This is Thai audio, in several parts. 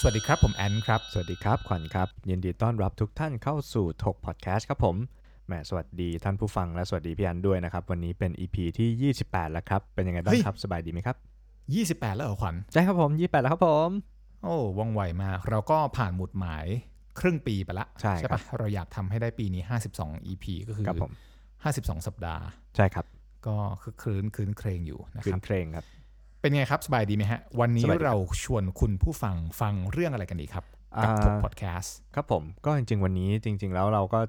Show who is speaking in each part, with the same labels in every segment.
Speaker 1: สวัสดีครับ ผมแอนครับ สวัสดีครับ ขวัญครับ ยินดีต้อนรับทุกท่านเข้าสู่ถกพอดแคสต์ครับผมแหมสวัสดีท่านผู้ฟังและสวัสดีพี่แอนด้วยนะครับ วันนี้เป็น EP ที่ 28 แล้วครับ เป็นยังไงบ้า
Speaker 2: เฮ้
Speaker 1: ง
Speaker 2: ย
Speaker 1: ครับสบายดีไหมครับ
Speaker 2: 28 แล้วเหรอขวัญ
Speaker 1: ใช่ครับผม 28 แล้วครับผม
Speaker 2: โอ้ว่องไวมาก เราก็ผ่านหมุดหมายครึ่งปีไปละ
Speaker 1: ใช่ครับ
Speaker 2: ปะเราอยากทำให้ได้ปีนี้ 52 EP ก็คือ
Speaker 1: ครับผม
Speaker 2: 52 สัปดาห์
Speaker 1: ใช่ครับ
Speaker 2: ก็คือคลืนคลืนเครงอยู่นะค
Speaker 1: คื
Speaker 2: รั
Speaker 1: น
Speaker 2: บ
Speaker 1: เครงครับ
Speaker 2: เป็นไงครับ สบายดีไหมฮะ วันนี้
Speaker 1: สบายดีครับ
Speaker 2: เราชวนคุณผู้ฟังฟังเรื่องอะไรกันดีครับ กับ
Speaker 1: อ่า
Speaker 2: ทกพอดแคสต์
Speaker 1: ครับผมก็จริงๆวันนี้จริง ๆ แล้วเราก็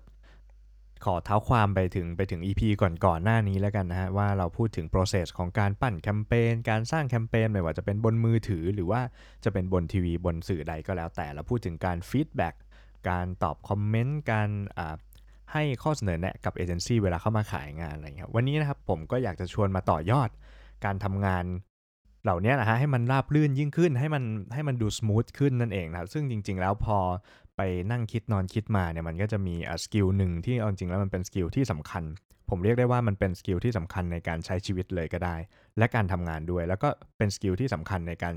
Speaker 1: ขอเท้าความไปถึงไปถึง EP ก่อนก่อนๆหน้านี้แล้วกันนะฮะ ว่าเราพูดถึง process ของการปั้นแคมเปญการสร้างแคมเปญไม่ว่าจะเป็นบนมือถือ หรือว่าจะเป็นบนทีวีบนสื่อใดก็แล้วแต่เราพูดถึงการ feedback การตอบคอมเมนต์การอ่าให้ข้อเสนอแนะกับเอเจนซี่เวลาเข้ามาขายงานอะไรอย่างเงี้ยครับวันนี้นะครับผมก็อยากจะชวนมาต่อยอดการทำงาน เหล่าเนี้ยนะฮะให้มันราบรื่นยิ่งขึ้นให้มันให้มันดูสมูทขึ้นนั่นเองนะครับซึ่งจริง ๆ แล้วพอไปนั่งคิดนอนคิดมาเนี่ยมันก็จะมีสกิลหนึ่งที่เอาจริงแล้วมันเป็นสกิลที่สำคัญ ผมเรียกได้ว่ามันเป็นสกิลที่สำคัญในการใช้ชีวิตเลยก็ได้ และการทำงานด้วย แล้วก็เป็นสกิลที่สำคัญในการ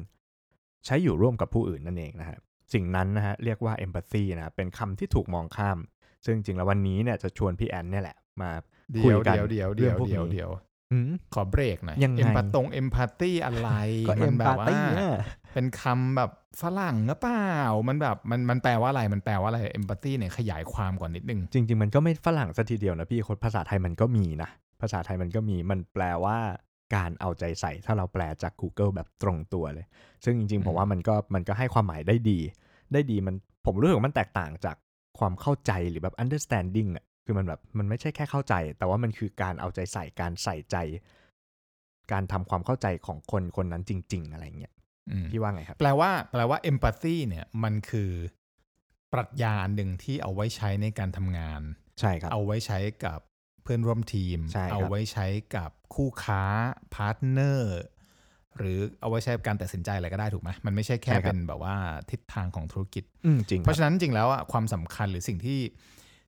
Speaker 1: ใช้อยู่ร่วมกับผู้อื่นนั่นเองนะฮะสิ่งนั้นนะฮะเรียกว่า empathy นะครับเป็นคำที่ถูกมองข้าม ซึ่งจริงแล้ววันนี้เนี่ยจะชวนพี่แอนเนี่ยแหละมา
Speaker 2: เดี
Speaker 1: คุย
Speaker 2: ยว
Speaker 1: กัน
Speaker 2: เดียวเดียว
Speaker 1: รื่
Speaker 2: เดี
Speaker 1: อง
Speaker 2: ยว
Speaker 1: พวก
Speaker 2: เดียว
Speaker 1: นี้
Speaker 2: เดียว
Speaker 1: อืม
Speaker 2: ขอเบรกหน่อย
Speaker 1: ยังไง
Speaker 2: เอมพัตตงเอมพัตตี้อะไร
Speaker 1: ก็
Speaker 2: มั
Speaker 1: เอ็ม
Speaker 2: แบบ
Speaker 1: ปา
Speaker 2: ว่า
Speaker 1: ตี้นะ
Speaker 2: เป็นคำแบบฝรั่งหรือเปล่า มันแบบมันมันแปลว่าอะไร มันแปลว่าอะไร เอมพัตตีเนี่ยขยายความก่อนนิดนึง
Speaker 1: จริง ๆ มันก็ไม่ฝรั่งซะทีเดียวนะพี่คนภาษาไทยมันก็มีนะ ภาษาไทยมันก็มีมันแปลว่าการเอาใจใส่ ถ้าเราแปลจาก Google แบบตรงตัวเลย ซึ่งจริง ๆ ผมว่ามันก็มันก็ให้ความหมายได้ดี ได้ดีมันผมรู้สึกว่ามันแตกต่างจากความเข้าใจหรือแบบ understanding อ่ะคือมันแบบมันไม่ใช่แค่เข้าใจ แต่ว่ามันคือการเอาใจใส่การใส่ใจ การทำความเข้าใจของคนคนนั้นจริง ๆ อะไรเงี้ย
Speaker 2: อืม
Speaker 1: พี่ว่าไงครับ
Speaker 2: แปลว่า แปลว่าเอมพัตตีเนี่ยมันคือปรัชญาอันหนึ่งที่เอาไว้ใช้ในการทำงาน
Speaker 1: ใช่ครับ
Speaker 2: เอาไว้ใช้กับเพื่อนร่วมทีม
Speaker 1: ใช่ครับ
Speaker 2: เอาไว้ใช้กับคู่ค้าพาร์ทเนอร์ หรือเอาไว้ใช้กับการตัดสินใจอะไรก็ได้ถูกไหมมันไม่ใช่แค่เป็นแบบว่าทิศทางของธุรกิจ
Speaker 1: อืมจริงค
Speaker 2: เพ
Speaker 1: รับ
Speaker 2: ราะฉะนั้นจริงแล้วอะความสำคัญหรือสิ่งที่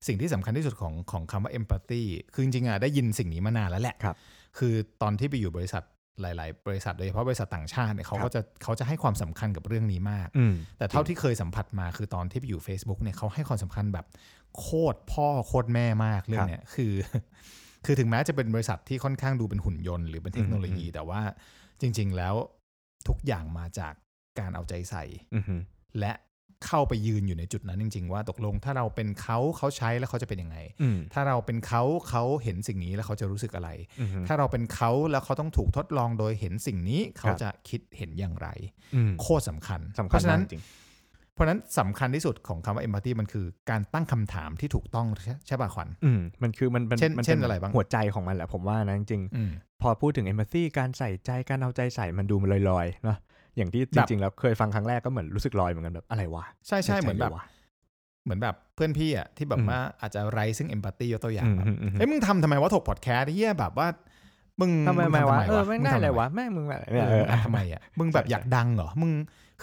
Speaker 2: สิ่งที่สำคัญที่สุดของของคำว่า empathy คือจริงๆอะได้ยินสิ่งนี้มานานแล้วแหละ
Speaker 1: ครับ
Speaker 2: คือตอนที่ไปอยู่บริษัทหลาย ๆ บริษัทโดยเฉพาะบริษัทต่างชาติเนี่ยเขาก็จะเขาจะให้ความสำคัญกับเรื่องนี้มาก
Speaker 1: อืม
Speaker 2: แต่เท่าที่เคยสัมผัสมาคือตอนที่ไปอยู่ Facebook เนี่ยเขาให้ความสำคัญแบบโคตรพ่อโคตรแม่มากเรื่องเนี่ยคือ คือถึงแม้จะเป็นบริษัทที่ค่อนข้างดูเป็นหุ่นยนต์หรือเป็นเทคโนโลยี แต่ว่าจริง ๆ แล้วทุกอย่างมาจากการเอาใจใส่
Speaker 1: อือหือ
Speaker 2: และเข้าไปยืนอยู่ในจุดนั้นจริง ๆ ว่าตกลงถ้าเราเป็นเขาเขาใช้แล้วเขาจะเป็นยังไง
Speaker 1: อืม
Speaker 2: ถ้าเราเป็นเขาเขาเห็นสิ่งนี้แล้วเขาจะรู้สึกอะไร
Speaker 1: อือหือ
Speaker 2: ถ้าเราเป็นเขาแล้วเขาต้องถูกทดลองโดยเห็นสิ่งนี้เขา
Speaker 1: ครับ
Speaker 2: จะคิดเห็นอย่างไร
Speaker 1: อืม
Speaker 2: โคตรสำคัญ
Speaker 1: สำ
Speaker 2: เพ
Speaker 1: คัญ
Speaker 2: ราะฉะ
Speaker 1: มา
Speaker 2: นั้
Speaker 1: ก
Speaker 2: น
Speaker 1: จริง
Speaker 2: เพราะฉะนั้นสำคัญที่สุดของคำว่า empathy มันคือการตั้งคำถามที่ถูกต้องใช่ใช่ป่ะขวัญ
Speaker 1: อืมมันคือมันมัน
Speaker 2: เช่น
Speaker 1: มั
Speaker 2: เช่นอะไรบ้าง
Speaker 1: หัวใจของมันแหละผมว่านะจริง
Speaker 2: อืม
Speaker 1: ๆพอพูดถึง empathy การใส่ใจการเอาใจใส่มันดูมันลอยๆเนาะอย่างที่จ
Speaker 2: แบบ
Speaker 1: ริงๆแล้วเคยฟังครั้งแรกก็เหมือนรู้สึกลอยเหมือนกันแบบอะไรวะ
Speaker 2: ใช่ใช่
Speaker 1: ใจ
Speaker 2: เหมือนแบบ
Speaker 1: วะ
Speaker 2: เหมือนแบบเพื่อนพี่อ่ะที่แบ
Speaker 1: อื
Speaker 2: บ
Speaker 1: ม
Speaker 2: ว่าอาจจะไรซึ่ง empathy ยกตัวอย่างแบบ
Speaker 1: อืมอืมอืม
Speaker 2: เอ้ยมึงทำทำไมวะถกพอดแคสต์เฮียแบบว่ามึง
Speaker 1: ทำไม
Speaker 2: ง
Speaker 1: ไม่วะเออไม่
Speaker 2: มึง
Speaker 1: ได้
Speaker 2: ทำ
Speaker 1: เล
Speaker 2: ทำ
Speaker 1: ย
Speaker 2: ม
Speaker 1: วะแม่งมึงอะไร
Speaker 2: เอ
Speaker 1: เนี่ย
Speaker 2: อ
Speaker 1: เออ
Speaker 2: มึงอัดทำไมอ่ะ มึงแบบ
Speaker 1: ใช่
Speaker 2: อยากดังเหรอ มึง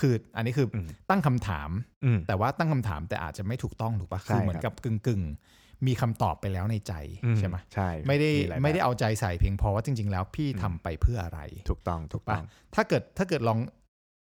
Speaker 2: คืออันนี้คืออ
Speaker 1: ม
Speaker 2: ตั้งคำถาม
Speaker 1: อืม
Speaker 2: แต่ว่าตั้งคำถามแต่อาจจะไม่ถูกต้องถูกปะ
Speaker 1: ใช่
Speaker 2: คือเหมือ
Speaker 1: ครั
Speaker 2: น
Speaker 1: บ
Speaker 2: กับกึ่งกึ่งๆ มีคำตอบไปแล้วในใจ
Speaker 1: อื
Speaker 2: ใช่ไหม
Speaker 1: ใช่
Speaker 2: ไม่ได้
Speaker 1: หลาย
Speaker 2: ไม่ได้
Speaker 1: แบบ
Speaker 2: เอาใจใส่เพียงพอว่าจริง ๆ แล้วพี่ทำไปเพื่ออะไร
Speaker 1: ถูกต้องถูก
Speaker 2: ปะ
Speaker 1: ต้อง
Speaker 2: ถ้าเกิดถ้าเกิดลอง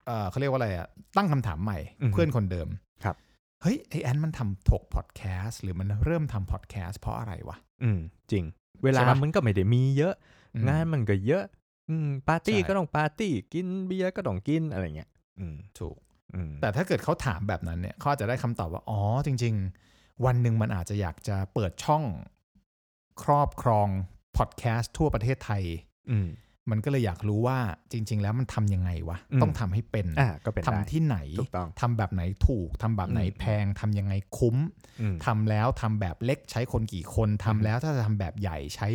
Speaker 2: เออเขาเรียกว่าอะไรอ่ะตั้งคำถามใหม่
Speaker 1: อือฮึ
Speaker 2: เพื่อนคนเดิม
Speaker 1: ครับ
Speaker 2: เฮ้ยไอแอนมันทำถกพอดแคสต์หรือมันเริ่มทำพอดแคสต์เพราะอะไรวะ
Speaker 1: อืมจริง เวลา
Speaker 2: ใช่ปะ
Speaker 1: มันก็ไม่ได้มีเยอะ
Speaker 2: อืม
Speaker 1: งานมันก็เยอะ อืมปาร์ตี้
Speaker 2: ใช่
Speaker 1: ก็ต้องปาร์ตี้กินเบียร์ก็ต้องกินอะไรเงี้ยอืม
Speaker 2: ถูก
Speaker 1: อืม
Speaker 2: แต่ถ้าเกิดเขาถามแบบนั้นเนี่ยเขาอาจจะได้คำตอบว่า อ๋อ จริง ๆ วันหนึ่งมันอาจจะอยากจะเปิดช่องครอบครองพอดแคสต์ทั่วประเทศไทย
Speaker 1: อืม
Speaker 2: มันก็เลยอยากรู้ว่าจริง ๆ แล้วมันทำยังไงวะ
Speaker 1: อืม
Speaker 2: ต้องทำให้เป็น
Speaker 1: อ่าก็เป็น
Speaker 2: ทำ
Speaker 1: ได้
Speaker 2: ที่ไหน
Speaker 1: ถูกต้อง
Speaker 2: ทำแบบไหนถูกทำแบบไหน
Speaker 1: อืม
Speaker 2: แพงทำยังไงคุ้ม
Speaker 1: อืม
Speaker 2: ทำแล้วทำแบบเล็กใช้คนกี่คน
Speaker 1: อื
Speaker 2: ทำ
Speaker 1: ม
Speaker 2: แล้วถ้าจะทำแบบใหญ่ใช้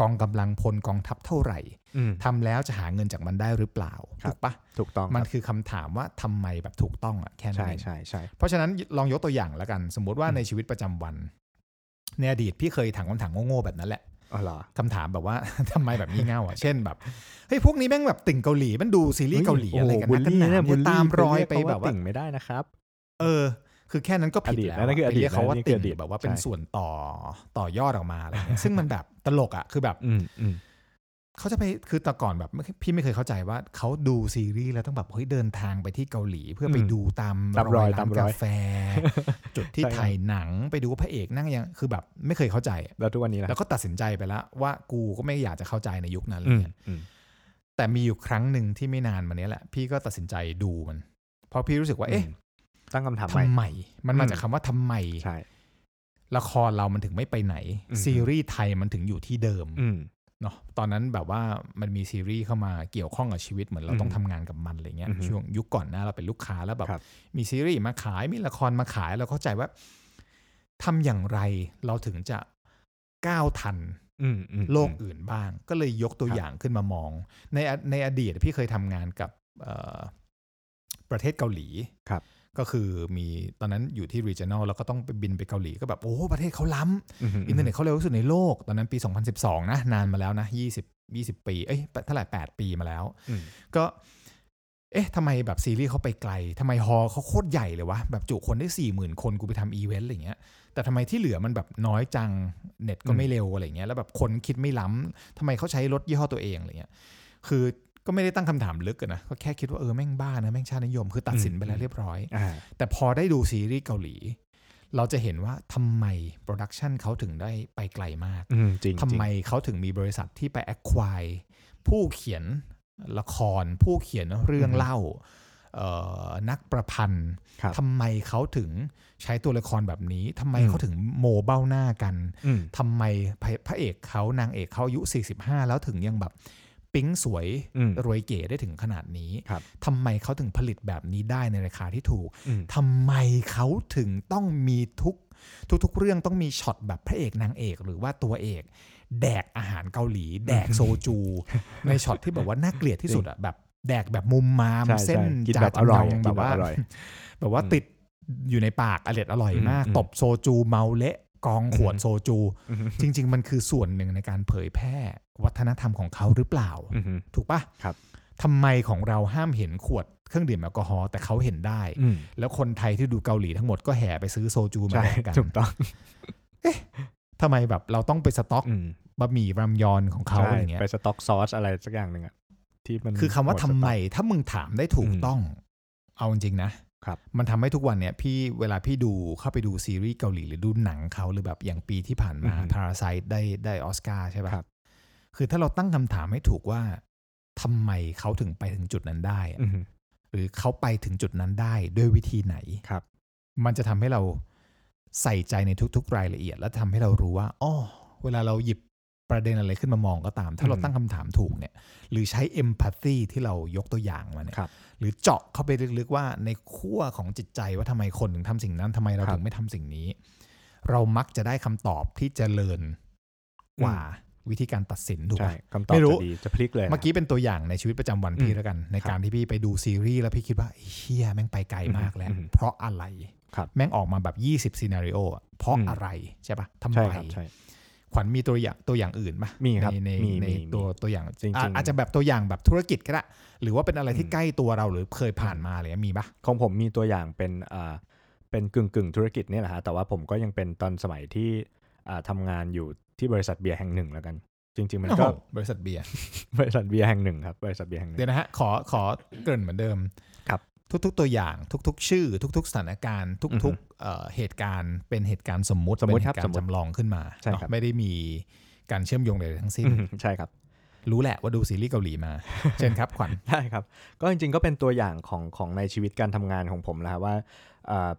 Speaker 2: กองกำลังพลกองทัพเท่าไหร่
Speaker 1: อืม
Speaker 2: ทำแล้วจะหาเงินจากมันได้หรือเปล่า
Speaker 1: ครับ
Speaker 2: ถูกปะ
Speaker 1: ถูกต้อง
Speaker 2: มัน
Speaker 1: ครับ
Speaker 2: คือคำถามว่าทำไมแบบถูกต้องอะแค่นั้
Speaker 1: ใช่
Speaker 2: นเอง
Speaker 1: ใช่ใช่
Speaker 2: เพราะฉะนั้นลองยกตัวอย่างแล้วกัน สมมุติว่า
Speaker 1: อืม
Speaker 2: ในชีวิตประจำวัน ในอดีตพี่เคยถามคำถามโง่ๆแบบนั้นแหละ
Speaker 1: อ๋อเหรอ
Speaker 2: คำถามแบบว่า ทำไมแบบนี้เง่าอ่ะ เช่นแบบเฮ้ยพวกนี้แม่งแบบติ่งเกาหลีมันดูซีรีส์เกาหลีอะไรกัน
Speaker 1: โโบุ
Speaker 2: นัก
Speaker 1: ล
Speaker 2: กัน
Speaker 1: ลี่
Speaker 2: หนา
Speaker 1: เนี่ยบุล
Speaker 2: เนี่ย
Speaker 1: ลี่
Speaker 2: ตามรอย
Speaker 1: เ
Speaker 2: ไปแบบว่า
Speaker 1: ติ่งไม่ได้นะครับ
Speaker 2: เออ คือแค่นั้นก็ผิด
Speaker 1: อดีต
Speaker 2: แล้ว
Speaker 1: นะนั่นคืออดีต
Speaker 2: ไปเรียกเขาว่า
Speaker 1: นะนี่คือ
Speaker 2: ติ่ง
Speaker 1: อดีต
Speaker 2: แบบว่าเป็น
Speaker 1: ใช่
Speaker 2: ส่วนต่อต่อยอดออกมาอะไรเงี้ยซึ่งมันแบบตลกอ่ะคือแบบ
Speaker 1: อืมอืม
Speaker 2: เขาจะไปคือแต่ก่อนแบบพี่ไม่เคยเข้าใจว่าเขาดูซีรีส์แล้วต้องแบบเฮ้ยเดินทางไปที่เกาหลี เพื่อไปดูตามรอยร้านกา แฟ จุดที่ถ่ายหนังไปดูว่าพระเอกนั่งยังคือแบบไม่เคยเข้าใจ
Speaker 1: แล้วทุกวันนี้ล่ะ
Speaker 2: แล้วก็ตัดสินใจไปแล้วว่ากูก็ไม่อยากจะเข้าใจในยุคนั้นอะไร
Speaker 1: อืม
Speaker 2: เงี้ย
Speaker 1: อืม
Speaker 2: แต่มีอยู่ครั้งหนึ่งที่ไม่นานมาเนี้ยแหละ พี่ก็ตัดสินใจดูมัน เพราะพี่รู้สึกว่า เอ๊ะ
Speaker 1: ตั้งคำถามใหม่
Speaker 2: ทำไม มันมา
Speaker 1: อืม
Speaker 2: จากคำว่าทำไม
Speaker 1: ใช่
Speaker 2: ละครเรามันถึงไม่ไปไหน
Speaker 1: อืม
Speaker 2: ซีรีส์ไทยมันถึงอยู่ที่เดิม
Speaker 1: อืม
Speaker 2: เนาะตอนนั้นแบบว่ามันมีซีรีส์เข้ามาเกี่ยวข้องกับชีวิตเหมือนเรา
Speaker 1: อืม
Speaker 2: ต้องทำงานกับมันอะไรเงี้ย
Speaker 1: อือฮึ
Speaker 2: ช่วงยุคก่อนหนะเราเป็นลูกค้าแล้วแบบ
Speaker 1: ครับ
Speaker 2: มีซีรีส์มาขายมีละครมาขายเราเข้าใจว่าทำอย่างไรเราถึงจะก้าวทัน
Speaker 1: อืมอืม
Speaker 2: โลกอื่นบ้าง ก็เลยยกตัว
Speaker 1: ครับ
Speaker 2: อย่างขึ้นมามอง ในอในอดีตพี่เคยทำงานกับเอ่อประเทศเกาหลี ก็คือมีตอนนั้นอยู่ที่ regional แล้วก็ต้องไปบินไปเกาหลีก็แบบ โอ้ประเทศเขาล้
Speaker 1: อืม
Speaker 2: ำอินเทอร์เน็ตเขาเร็วที่สุดในโลก ตอนนั้นปี 2012 นะ นานมาแล้วนะ 20 20 ปี เอ้ยเท่าไหร่8ปีมาแล้ว
Speaker 1: อืม
Speaker 2: ก็ เอ๊ะทำไมแบบซีรีส์เขาไปไกลทำไมฮอลล์เขาโคตรใหญ่เลยวะ แบบจุคนได้สี่หมื่นคนกูไปทำอีเวนต์อะไรเงี้ย แต่ทำไมที่เหลือมันแบบน้อยจัง เน็ตก็ไม่เร็วอะไรเงี้ย แล้วแบบคนคิดไม่ล้ำทำไมเขาใช้รถยี่ห้อตัวเองอะไรเงี้ย คือก็ไม่ได้ตั้งคำถามลึกอะนะ ก็แค่คิดว่าเออแม่งบ้านะแม่งชาตินิยม คือตัดสินไปแล้วเรียบร้อย
Speaker 1: อ่า
Speaker 2: แต่พอได้ดูซีรีส์เกาหลี เราจะเห็นว่าทำไมโปรดักชันเขาถึงได้ไปไกลมาก
Speaker 1: อืมจริง
Speaker 2: ทำไม
Speaker 1: จริง
Speaker 2: เขาถึงมีบริษัทที่ไป acquire ผู้เขียนละคร ผู้เขียนเรื่อง
Speaker 1: อือฮึ
Speaker 2: เล่าเอ่อนักประพันธ์
Speaker 1: ครับ
Speaker 2: ทำไมเขาถึงใช้ตัวละครแบบนี้ทำไม
Speaker 1: อืม
Speaker 2: เขาถึงโมเบ้าหน้ากัน
Speaker 1: อืม
Speaker 2: ทำไมพระพระเอกเขานางเอกเขาอายุ 45 แล้วถึงยังแบบปิ๊งสวย
Speaker 1: อืม
Speaker 2: รวยเก๋ได้ถึงขนาดนี้
Speaker 1: ครับ
Speaker 2: ทำไมเขาถึงผลิตแบบนี้ได้ในราคาที่ถูก
Speaker 1: อืม
Speaker 2: ทำไมเขาถึงต้องมีทุกทุกๆเรื่องต้องมีช็อตแบบพระเอกนางเอกหรือว่าตัวเอก แดกอาหารเกาหลี แดกโซ จู ในช็อตที่แบบว่าน่าเกลียดที่สุดอะแบบแดกแบบมุมมาม
Speaker 1: ใช่
Speaker 2: เส้น
Speaker 1: ใช่กิน
Speaker 2: จา
Speaker 1: แบบ
Speaker 2: จำ
Speaker 1: อร่อย
Speaker 2: น
Speaker 1: อะ
Speaker 2: ง
Speaker 1: กิน
Speaker 2: แบบว่า
Speaker 1: แบบอร่อย
Speaker 2: แบบว่าติดอยู่ในปากอร่อยอร่อยมาก
Speaker 1: อืม
Speaker 2: ตบโซจูเมาเละกองขวด
Speaker 1: อืม
Speaker 2: โซจู
Speaker 1: อืม
Speaker 2: จริง ๆ มันคือส่วนหนึ่งในการเผยแพร่วัฒนธรรมของเขาหรือเปล่า
Speaker 1: อืม
Speaker 2: ถูกปะ
Speaker 1: ครับ
Speaker 2: ทำไมของเราห้ามเห็นขวดเครื่องดื่มแอลกอฮอล์แต่เขาเห็นได้
Speaker 1: อืม
Speaker 2: แล้วคนไทยที่ดูเกาหลีทั้งหมดก็แห่ไปซื้อโซจูมา
Speaker 1: ใช่
Speaker 2: แดกกัน
Speaker 1: ถูกต้อง
Speaker 2: ทำไมแบบเราต้องไปสต็อก
Speaker 1: อืม
Speaker 2: บะหมี่รามยอนของเขา
Speaker 1: ใช่
Speaker 2: อะไรเงี้ย
Speaker 1: ไปสต็อกซอสอะไรสักอย่างหนึ่งอะที่มัน
Speaker 2: คือคำว่า
Speaker 1: ห
Speaker 2: ทำ
Speaker 1: ดสต็
Speaker 2: ไม
Speaker 1: อก
Speaker 2: ถ้ามึงถามได้ถูกต้อง เอาจริงๆนะ
Speaker 1: ครับ
Speaker 2: มันทำให้ทุกวันเนี่ยพี่เวลาพี่ดูเข้าไปดูซีรีส์เกาหลีหรือดูหนังเขาหรือแบบอย่างปีที่ผ่านมา
Speaker 1: อือฮึ
Speaker 2: พาราไซได้ได้ออสการ์ใช่
Speaker 1: ครั
Speaker 2: ปะ่ะ
Speaker 1: บ
Speaker 2: คือถ้าเราตั้งคำถามให้ถูกว่าทำไมเขาถึงไปถึงจุดนั้นได้อะ
Speaker 1: อืม
Speaker 2: หรือเขาไปถึงจุดนั้นได้ด้วยวิธีไหน
Speaker 1: ครับ
Speaker 2: มันจะทำให้เราใส่ใจในทุก ๆ รายละเอียด และทำให้เรารู้ว่าอ๋อเวลาเราหยิบประเด็นอะไรขึ้นมามองก็ตาม ถ้าเรา
Speaker 1: อืม
Speaker 2: ตั้งคำถามถูกเนี่ย หรือใช้เอมพัตซีที่เรายกตัวอย่างมาเนี่ย
Speaker 1: ครับ
Speaker 2: หรือเจาะเข้าไปลึกๆว่าในขั้วของจิตใจว่าทำไมคนถึงทำสิ่งนั้นทำไมเรา
Speaker 1: ครับ
Speaker 2: ถึงไม่ทำสิ่งนี้ เรามักจะได้คำตอบที่เจริญกว่า
Speaker 1: อื
Speaker 2: วิธีการตัดสินถูกไห
Speaker 1: ใช่
Speaker 2: ม
Speaker 1: คำตอบ
Speaker 2: ไม่รู้
Speaker 1: จะดีจะพลิกเลย
Speaker 2: เมื่อกี้เป็นตัวอย่างในชีวิตประจำวัน
Speaker 1: อื
Speaker 2: พี่
Speaker 1: ม
Speaker 2: แล้วกัน ใน
Speaker 1: ครับ
Speaker 2: การที่พี่ไปดูซีรีส์แล้วพี่คิดว่าเฮียแม่งไปไกลมากแล้ว
Speaker 1: อืม
Speaker 2: เพราะอะไร
Speaker 1: ครับ
Speaker 2: แม่งออกมาแบบ 20ซีนารีโอะเพราะ
Speaker 1: อืม
Speaker 2: อะไรใช่ปะทำ
Speaker 1: ใช่
Speaker 2: ไม
Speaker 1: ครับใช่
Speaker 2: ขวัญมีตัวอย่างตัวอย่างอื่นปะ
Speaker 1: มีครับ
Speaker 2: ในใน
Speaker 1: มี
Speaker 2: ใน
Speaker 1: มี
Speaker 2: ตัวตัวอย่าง
Speaker 1: จริงๆ
Speaker 2: อ่ะอาจจะแบบตัวอย่างแบบธุรกิจก็ได้หรือว่าเป็นอะไรที่ใกล้ตัวเราหรือเคยผ่านมาอะไรเงี้ยมีปะ
Speaker 1: ของผมมีตัวอย่างเป็นอ่าเป็นกึ่งกึ่งๆธุรกิจเนี่ยแหละฮะ แต่ว่าผมก็ยังเป็นตอนสมัยที่อ่าทำงานอยู่ที่บริษัทเบียร์แห่งหนึ่งแล้วกัน จริง ๆ มันก็
Speaker 2: โอ้โหบริษัทเบียร์
Speaker 1: บริษัทเบียร์แห่งหนึ่งครับบริษัทเบียร์แห่งหนึ่ง
Speaker 2: เดี๋ยวนะฮะขอขอเกริ่นเหมือนเดิม
Speaker 1: ครับ
Speaker 2: ทุก ๆ ตัวอย่างทุก ๆ ชื่อ ทุก ๆ สถานการณ์
Speaker 1: อือฮึ
Speaker 2: ทุกๆเอ่อเหตุการณ์เป็นเหตุการณ์สมมุติ
Speaker 1: สมมุติ
Speaker 2: เป็น
Speaker 1: ครับ
Speaker 2: เหตุ
Speaker 1: สม
Speaker 2: กา
Speaker 1: มุ
Speaker 2: รณ์
Speaker 1: ติ
Speaker 2: จำลองขึ้นมา
Speaker 1: ใช่ครับ
Speaker 2: เนาะไม่ได้มีการเชื่อมโยงใดๆทั้งสิ้น
Speaker 1: อืมใช่ครับ
Speaker 2: รู้แหละว่าดูซีรีส์เกาหลีมา เชิญครับข วัญ
Speaker 1: ได้ครับ ก็จริงๆก็เป็นตัวอย่างของของในชีวิตการทำงานของผมแหละครับว่าเอ่อ